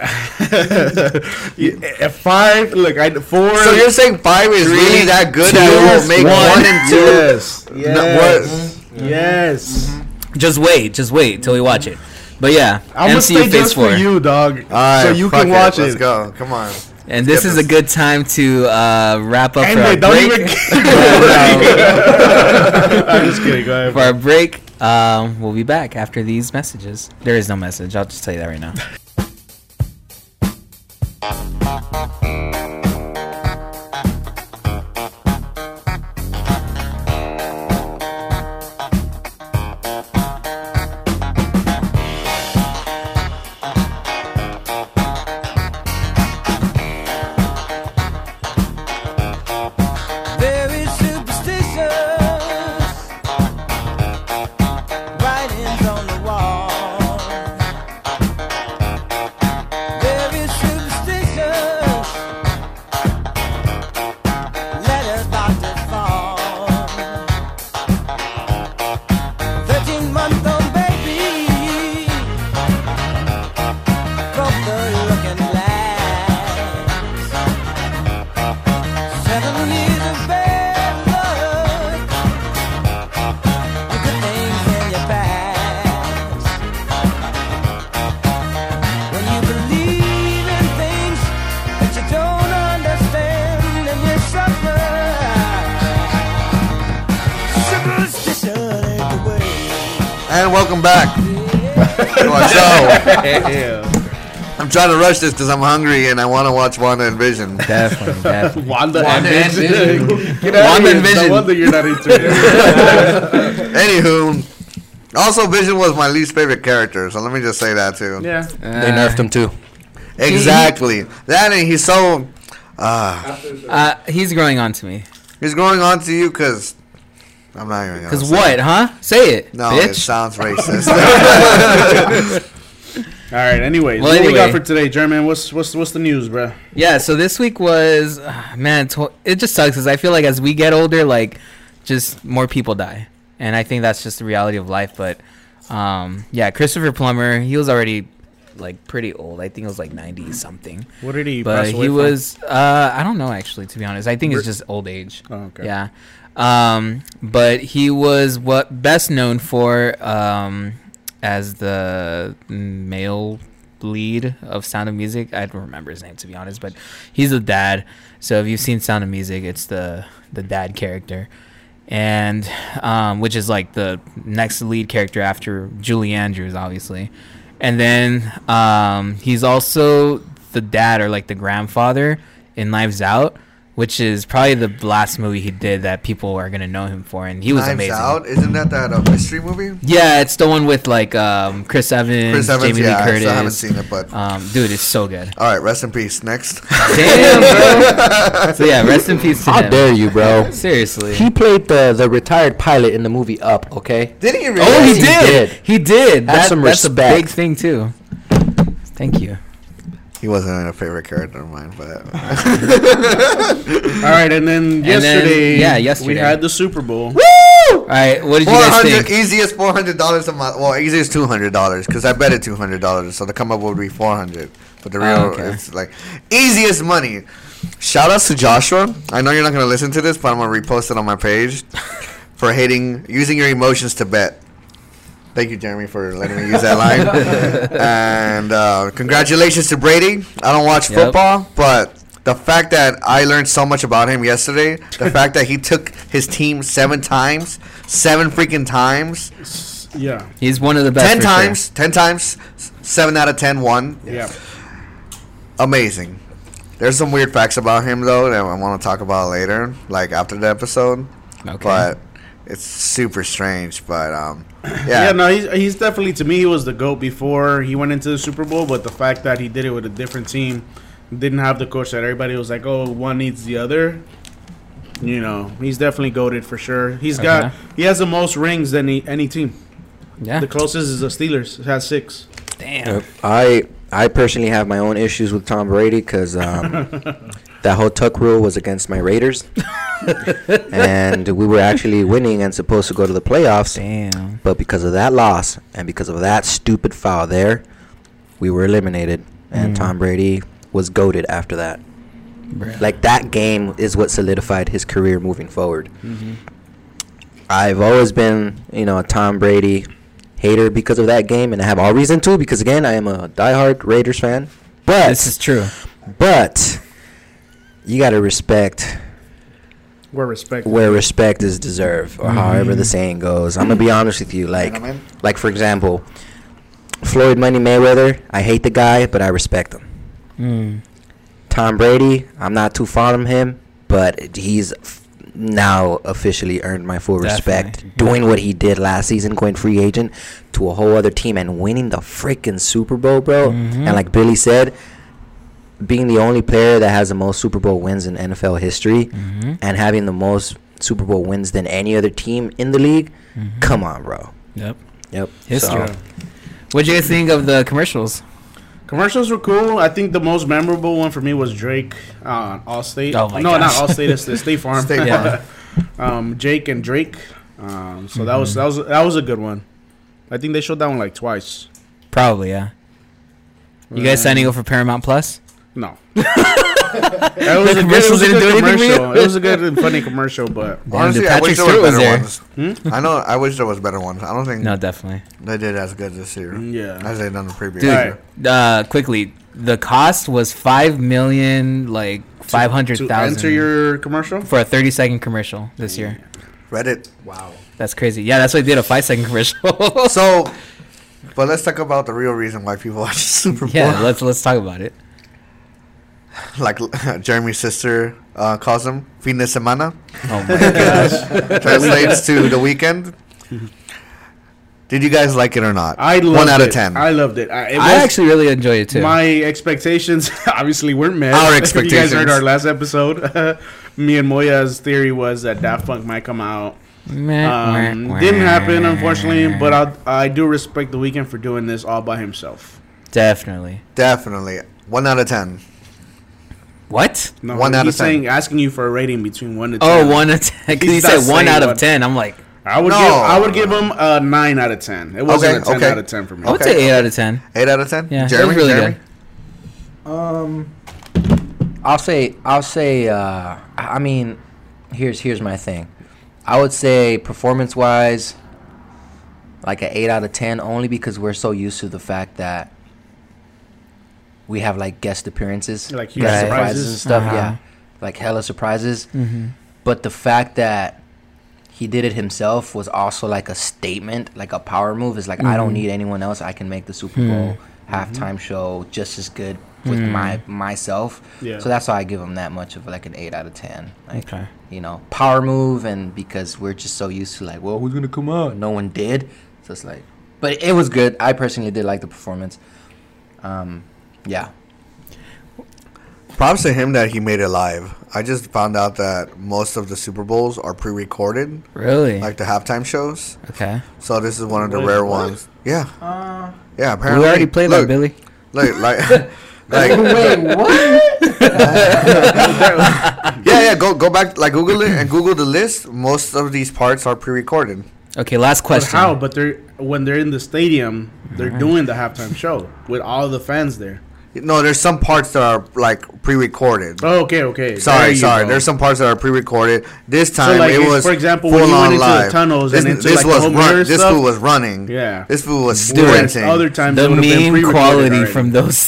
Speaker 2: You- at five. Look, I four.
Speaker 1: So you're saying five is really that good that it will make one, and two?
Speaker 2: Yes.
Speaker 1: Yes.
Speaker 2: Yes. yes.
Speaker 4: Just wait, just wait till we watch it. But yeah,
Speaker 2: I'm gonna stay just for you, dog.
Speaker 1: All right,
Speaker 2: so you
Speaker 1: fuck
Speaker 2: can watch
Speaker 1: Let's
Speaker 2: it.
Speaker 1: go. Come on.
Speaker 4: And this is a good time to uh, wrap up
Speaker 2: And
Speaker 4: for our
Speaker 2: they don't
Speaker 4: break. Uh,
Speaker 2: even. I'm just kidding. Go ahead.
Speaker 4: for our break, um, we'll be back after these messages. There is no message. I'll just tell you that right now.
Speaker 11: very superstitious writings on the wall very superstitious letters about to fall 13 month old baby broke the looking glass Seven years of bad blood. You put things in your past. When you believe in things that you don't understand and you suffer. Superstition ain't the way.
Speaker 1: And welcome back. to our show.
Speaker 2: Yeah.
Speaker 1: I'm trying to rush this because I'm hungry and I want to watch Wanda and Vision.
Speaker 4: Definitely, definitely.
Speaker 2: Wanda, and Vision. Get
Speaker 4: Wanda
Speaker 2: out of here.
Speaker 4: and Vision.
Speaker 2: No wonder you're not into it.
Speaker 1: Anywho, also Vision was my least favorite character, so let me just say that too.
Speaker 2: yeah.
Speaker 5: they nerfed him too.
Speaker 4: E?
Speaker 1: Exactly. That and he's so. Uh,
Speaker 4: Uh, he's growing on to me.
Speaker 1: he's going on to you because. I'm not even going
Speaker 4: Cause what, huh? Say it,
Speaker 1: Oh, No, it
Speaker 4: bitch.
Speaker 1: sounds racist.
Speaker 2: All right. Anyways,
Speaker 4: Well,
Speaker 2: what we got
Speaker 4: anyway.
Speaker 2: for today, German? What's what's what's the news, bruh?
Speaker 4: Yeah. So this week was, ah, man, to- it just sucks. Cause I feel like as we get older, like, just more people die, and I think that's just the reality of life. But, um, yeah, Christopher Plummer, he was already like pretty old. I think it was like ninety something.
Speaker 2: What did he?
Speaker 4: but
Speaker 2: pass away
Speaker 4: he
Speaker 2: from?
Speaker 4: was uh, I don't know actually to be honest. I think it's just old age.
Speaker 2: Oh, okay.
Speaker 4: Yeah. Um, but he was what best known for um, as the male lead of Sound of Music. I don't remember his name to be honest, but he's the dad. So if you've seen Sound of Music, it's the the dad character, and um, which is like the next lead character after Julie Andrews, obviously. And then um, he's also the dad or like the grandfather in Knives Out, which is probably the last movie he did that people are gonna know him for, and he was
Speaker 1: Knives
Speaker 4: amazing.
Speaker 1: Out. Isn't that that uh, mystery movie?
Speaker 4: Yeah, it's the one with like um, Chris Evans,
Speaker 1: Chris Evans.
Speaker 4: Jamie
Speaker 1: yeah,
Speaker 4: Lee
Speaker 1: I
Speaker 4: Curtis.
Speaker 1: still haven't seen it, but
Speaker 4: um, dude, it's so good.
Speaker 1: all right. Rest in peace. Next.
Speaker 4: Damn, bro. so yeah, rest in peace to
Speaker 5: How
Speaker 4: him.
Speaker 5: dare you, bro?
Speaker 4: Seriously.
Speaker 5: He played the the retired pilot in the movie Up. Okay.
Speaker 1: Did he really?
Speaker 4: oh, he
Speaker 5: Yes, he
Speaker 4: did.
Speaker 5: did.
Speaker 4: He did.
Speaker 5: Have
Speaker 4: That,
Speaker 5: some
Speaker 4: that's
Speaker 5: respect.
Speaker 4: a big thing too. Thank you.
Speaker 1: He wasn't a favorite character of mine, but
Speaker 2: All right, and then
Speaker 4: then-
Speaker 2: yesterday,
Speaker 4: yeah, yesterday.
Speaker 2: we had the Super Bowl.
Speaker 1: woo!
Speaker 4: All right, what did you
Speaker 1: Four
Speaker 4: guys
Speaker 1: hundred
Speaker 4: think?
Speaker 1: easiest four hundred dollars a month. Well, easiest two hundred dollars because I bet it two hundred dollars, so the come up would be four hundred. But the real,
Speaker 4: Ah, okay.
Speaker 1: it's like easiest money. Shout outs to Joshua. I know you're not gonna listen to this, but I'm gonna repost it on my page for hating using your emotions to bet. Thank you, Jeremy, for letting me use that line. and uh, congratulations to Brady. I don't watch
Speaker 4: Yep.
Speaker 1: football, but the fact that I learned so much about him yesterday, the fact that he took his team seven times, seven freaking times,
Speaker 2: Yeah,
Speaker 4: He's one of the best.
Speaker 1: ten
Speaker 4: for sure.
Speaker 1: times, ten times, s- seven out of ten, one.
Speaker 2: yeah.
Speaker 1: Amazing. There's some weird facts about him though that I want to talk about later, like after the episode.
Speaker 4: Okay.
Speaker 1: But it's super strange. But um,
Speaker 2: Yeah,
Speaker 1: yeah,
Speaker 2: no, he's, he's definitely to me he was the goat before he went into the Super Bowl, but the fact that he did it with a different team, didn't have the coach that everybody was like, oh, one needs the other. You know, he's definitely goaded for sure. He's got
Speaker 4: Okay.
Speaker 2: he has the most rings than he, any team.
Speaker 4: Yeah.
Speaker 2: The closest is the Steelers. It has six.
Speaker 4: Damn.
Speaker 5: I I personally have my own issues with Tom Brady because um, that whole tuck rule was against my Raiders, and we were actually winning and supposed to go to the playoffs.
Speaker 4: Damn.
Speaker 5: But because of that loss and because of that stupid foul there, we were eliminated,
Speaker 4: Mm.
Speaker 5: and Tom Brady was goaded after that. Like that game is what solidified his career moving forward.
Speaker 4: Mm-hmm.
Speaker 5: I've always been, you know, a Tom Brady hater because of that game, and I have all reason to because again, I am a diehard Raiders fan. But
Speaker 4: This is true.
Speaker 5: but you got to respect
Speaker 2: We're respected.
Speaker 5: where respect is deserved, or however the saying goes. I'm gonna be honest with you, like
Speaker 1: Gentlemen.
Speaker 5: like for example, Floyd Money Mayweather. I hate the guy, but I respect him.
Speaker 4: Mm-hmm.
Speaker 5: Tom Brady. I'm not too fond of him, but he's f- now officially earned my full
Speaker 4: Definitely.
Speaker 5: respect. Doing what he did last season, going free agent to a whole other team and winning the freaking Super Bowl, bro. And like Billy said, being the only player that has the most Super Bowl wins in NFL history
Speaker 4: Mm-hmm.
Speaker 5: and having the most Super Bowl wins than any other team in the legue. Come on, bro.
Speaker 4: Yep.
Speaker 5: Yep.
Speaker 4: History. What'd you guys think of the commercials?
Speaker 2: Commercials were cool. I think the most memorable one for me was Drake on Allstate.
Speaker 4: Oh my
Speaker 2: no,
Speaker 4: gosh.
Speaker 2: not Allstate. It's the State Farm.
Speaker 1: State
Speaker 4: Yeah.
Speaker 2: um, Jake and Drake. Um, so that
Speaker 4: Mm-hmm.
Speaker 2: was that was that was a good one. I think they showed that one like twice.
Speaker 4: Probably, yeah. You
Speaker 1: Mm.
Speaker 4: guys signing up for Paramount Plus?
Speaker 2: No. That was a good, it
Speaker 4: commercials
Speaker 2: was a
Speaker 4: didn't do
Speaker 2: good
Speaker 4: anything for you?
Speaker 2: commercial. It was a good and funny commercial, but
Speaker 1: honestly,
Speaker 4: dude,
Speaker 1: I wish there
Speaker 4: Patrick Stewart
Speaker 1: was
Speaker 4: was
Speaker 1: better
Speaker 4: there. Hmm?
Speaker 1: ones. I know. I wish there was better ones. I don't think
Speaker 4: No, definitely.
Speaker 1: they did as good this year.
Speaker 2: mm, Yeah.
Speaker 1: as they done the previous
Speaker 4: Dude,
Speaker 1: year.
Speaker 4: uh, quickly, the cost was five million, like five hundred
Speaker 2: to enter
Speaker 4: thousand
Speaker 2: your commercial.
Speaker 4: for a thirty-second commercial this year.
Speaker 1: Reddit.
Speaker 4: That's crazy. Yeah, that's why they did a five-second commercial.
Speaker 1: So, but let's talk about the real reason why people watch the Super Bowl.
Speaker 4: yeah, let's let's talk about it.
Speaker 1: like Jeremy's sister uh, calls him fin de semana.
Speaker 4: Oh my gosh.
Speaker 1: translates to the weekend. Did you guys like it or not?
Speaker 2: I loved
Speaker 1: one out
Speaker 2: it.
Speaker 1: of ten.
Speaker 2: I loved it. I, it
Speaker 4: I
Speaker 2: was-
Speaker 4: actually really enjoyed it too.
Speaker 2: My expectations obviously weren't met.
Speaker 1: Our
Speaker 2: you guys heard
Speaker 1: expectations.
Speaker 2: our last episode. Me and Moya's theory was that Daft Punk might come out.
Speaker 4: Eh,
Speaker 2: Um, didn't happen, unfortunately. But I, I do respect the weekend for doing this all by himself.
Speaker 4: definitely.
Speaker 1: Definitely one out of ten.
Speaker 4: What?
Speaker 2: No,
Speaker 1: One out
Speaker 2: he's
Speaker 1: of 10.
Speaker 2: saying asking you for a rating between one to
Speaker 4: Oh,
Speaker 2: ten.
Speaker 4: one out of ten. 'Cause
Speaker 2: He's
Speaker 4: you
Speaker 2: not
Speaker 4: said one
Speaker 2: saying
Speaker 4: out of
Speaker 2: one.
Speaker 4: ten. I'm like,
Speaker 2: I would
Speaker 1: No.
Speaker 2: give I would give him a nine out of ten. It wasn't
Speaker 1: Okay,
Speaker 2: a ten
Speaker 1: okay.
Speaker 2: out of ten for me.
Speaker 4: I would
Speaker 1: Okay.
Speaker 4: say eight out of ten.
Speaker 1: Eight out of ten.
Speaker 4: Yeah, it was really good.
Speaker 5: Um, I'll say I'll say. Uh, I I mean, here's here's my thing. I would say performance wise, like an eight out of ten, only because we're so used to the fact that we have like guest appearances,
Speaker 2: Like huge
Speaker 5: guest
Speaker 2: surprises.
Speaker 5: and stuff.
Speaker 2: Uh-huh.
Speaker 5: Yeah, like hella surprises.
Speaker 2: Mhm.
Speaker 5: But the fact that he did it himself was also like a statement, like a power move. It's like I don't
Speaker 4: Mhm.
Speaker 5: need anyone else. I can make the Super
Speaker 4: Hmm.
Speaker 5: Bowl halftime show just as good with
Speaker 4: Hmm.
Speaker 5: my myself.
Speaker 4: Yeah.
Speaker 5: So that's why I give him that much of like an eight out of ten. Like,
Speaker 4: Okay.
Speaker 5: You know, power move, and because we're just so used to like, well, who's gonna come out? No one did. So it's like, but it was good. I personally did like the performance. Um, yeah.
Speaker 1: Props to him that he made it live. I just found out that most of the Super Bowls are pre-recorded.
Speaker 4: Really?
Speaker 1: Like the halftime shows.
Speaker 4: Okay.
Speaker 1: So this is one of the
Speaker 4: Wait,
Speaker 1: rare
Speaker 4: what?
Speaker 1: ones. Yeah.
Speaker 4: Uh,
Speaker 1: yeah. Apparently,
Speaker 4: already played that,
Speaker 1: look,
Speaker 4: Billy.
Speaker 1: Look, like, like.
Speaker 5: Wait, what?
Speaker 1: yeah, yeah. Go, go back. Like Google it and Google the list. Most of these parts are pre-recorded.
Speaker 4: Okay, last
Speaker 2: But how? But they're when they're in the stadium, they're doing the halftime show with all the fans there.
Speaker 1: No, there's some parts that are like pre-recorded.
Speaker 2: Oh, okay, okay. There
Speaker 1: Sorry,
Speaker 2: you
Speaker 1: sorry.
Speaker 2: go.
Speaker 1: There's some parts that are pre-recorded. This
Speaker 2: So,
Speaker 1: time
Speaker 2: like,
Speaker 1: it
Speaker 2: if-
Speaker 1: was
Speaker 2: for example, when you
Speaker 1: full-on
Speaker 2: went into the
Speaker 1: live.
Speaker 2: tunnels
Speaker 1: this,
Speaker 2: and into,
Speaker 1: this
Speaker 2: like, the
Speaker 1: was
Speaker 2: home
Speaker 1: run-
Speaker 2: mirror
Speaker 1: this
Speaker 2: stuff?
Speaker 1: fool was running.
Speaker 2: Yeah.
Speaker 1: this fool was
Speaker 2: Whereas
Speaker 1: dancing.
Speaker 2: other times
Speaker 4: The meme quality from those.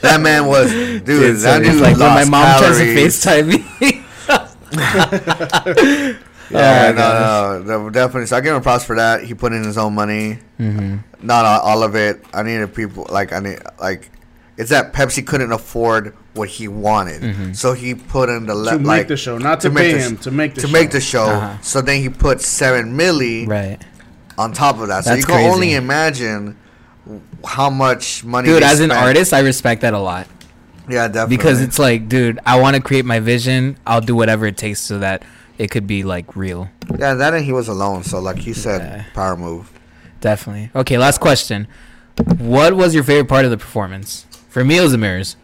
Speaker 1: That man was dude.
Speaker 4: Dude,
Speaker 1: that
Speaker 4: sorry,
Speaker 1: dude
Speaker 4: it's like
Speaker 1: lost
Speaker 4: when my mom tries to
Speaker 1: calories.
Speaker 4: FaceTime me.
Speaker 1: Yeah,
Speaker 4: Oh, my
Speaker 1: no,
Speaker 4: gosh.
Speaker 1: no, no, definitely. So I give him props for that. He put in his own money,
Speaker 4: Mhm.
Speaker 2: Mm-hmm.
Speaker 1: not all, all of it. I needed people like I need like it's that Pepsi couldn't afford what he wanted,
Speaker 2: Mhm.
Speaker 1: so he put in the le-
Speaker 2: To make
Speaker 1: like,
Speaker 2: the show, not to pay
Speaker 1: the
Speaker 2: him,
Speaker 1: sh-
Speaker 2: to make the
Speaker 1: to
Speaker 2: show.
Speaker 1: make the show.
Speaker 2: Uh-huh.
Speaker 1: So then he put seven milli
Speaker 4: right
Speaker 1: on top of that. So
Speaker 4: That's
Speaker 1: you can
Speaker 4: crazy.
Speaker 1: only imagine how much money.
Speaker 4: dude
Speaker 1: they
Speaker 4: as an
Speaker 1: spent.
Speaker 4: artist i respect that a lot
Speaker 1: yeah, definitely
Speaker 4: because it's like dude i want to create my vision i'll do whatever it takes so that it could be like real
Speaker 1: yeah that and he was alone. So like you said, power move.
Speaker 4: definitely okay last question what was your favorite part of the performance for me it was the mirrors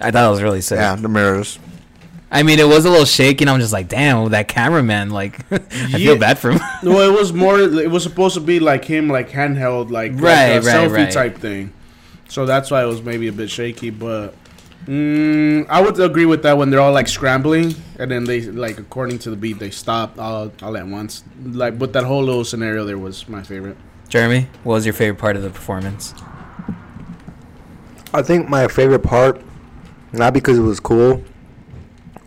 Speaker 4: i thought it was really sick
Speaker 1: Yeah, the mirrors
Speaker 4: i mean it was a little shaky and i'm just like damn that cameraman like i
Speaker 2: Yeah.
Speaker 4: feel bad for him
Speaker 2: no, it was more. It was supposed to be like him, like handheld, like, like
Speaker 4: Right,
Speaker 2: a
Speaker 4: right,
Speaker 2: selfie
Speaker 4: right.
Speaker 2: type thing. So that's why it was maybe a bit shaky. But mm, I would agree with that when they're all like scrambling and then they like according to the beat they stop all all at once. Like, but that whole little scenario there was my favorite.
Speaker 4: jeremy what was your favorite part of the performance
Speaker 9: I think my favorite part, not because it was cool,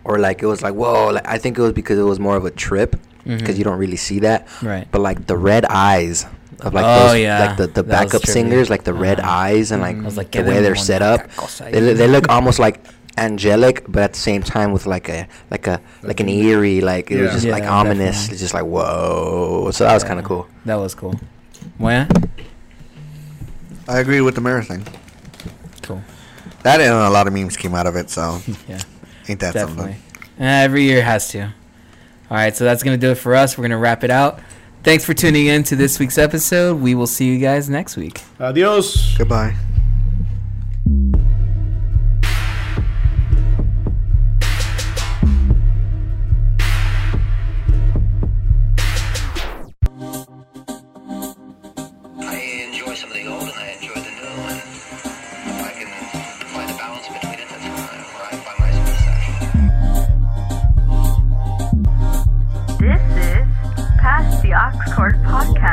Speaker 9: or like it was like whoa. Like I think it was because it was more of a trip, because
Speaker 4: Mhm.
Speaker 9: you don't really see that.
Speaker 4: Right.
Speaker 9: But like the red eyes of like
Speaker 4: Oh,
Speaker 9: those,
Speaker 4: yeah.
Speaker 9: like the, the
Speaker 4: That was
Speaker 9: backup
Speaker 4: trippy.
Speaker 9: singers, like the red eyes and like,
Speaker 4: I was like,
Speaker 9: the
Speaker 4: "Get
Speaker 9: way
Speaker 4: in
Speaker 9: they're
Speaker 4: one
Speaker 9: set up.
Speaker 4: tacos ahí."
Speaker 9: They, look- they look almost like angelic, but at the same time with like a like a like an eerie, like it was
Speaker 4: Yeah.
Speaker 9: just like
Speaker 4: Yeah,
Speaker 9: ominous.
Speaker 4: definitely.
Speaker 9: It's just like whoa. So that was kind of cool.
Speaker 4: that was cool Moya?
Speaker 1: I agree with the mirror thing.
Speaker 4: Cool.
Speaker 1: That and a lot of memes came out of it, so
Speaker 4: yeah,
Speaker 1: ain't that
Speaker 4: Definitely.
Speaker 1: something?
Speaker 4: Eh, Every year has to. All right, so that's going to do it for us. We're going to wrap it out. Thanks for tuning in to this week's episode. We will see you guys next week.
Speaker 2: Adios.
Speaker 1: Goodbye.
Speaker 12: This is Past the Oxcord Podcast.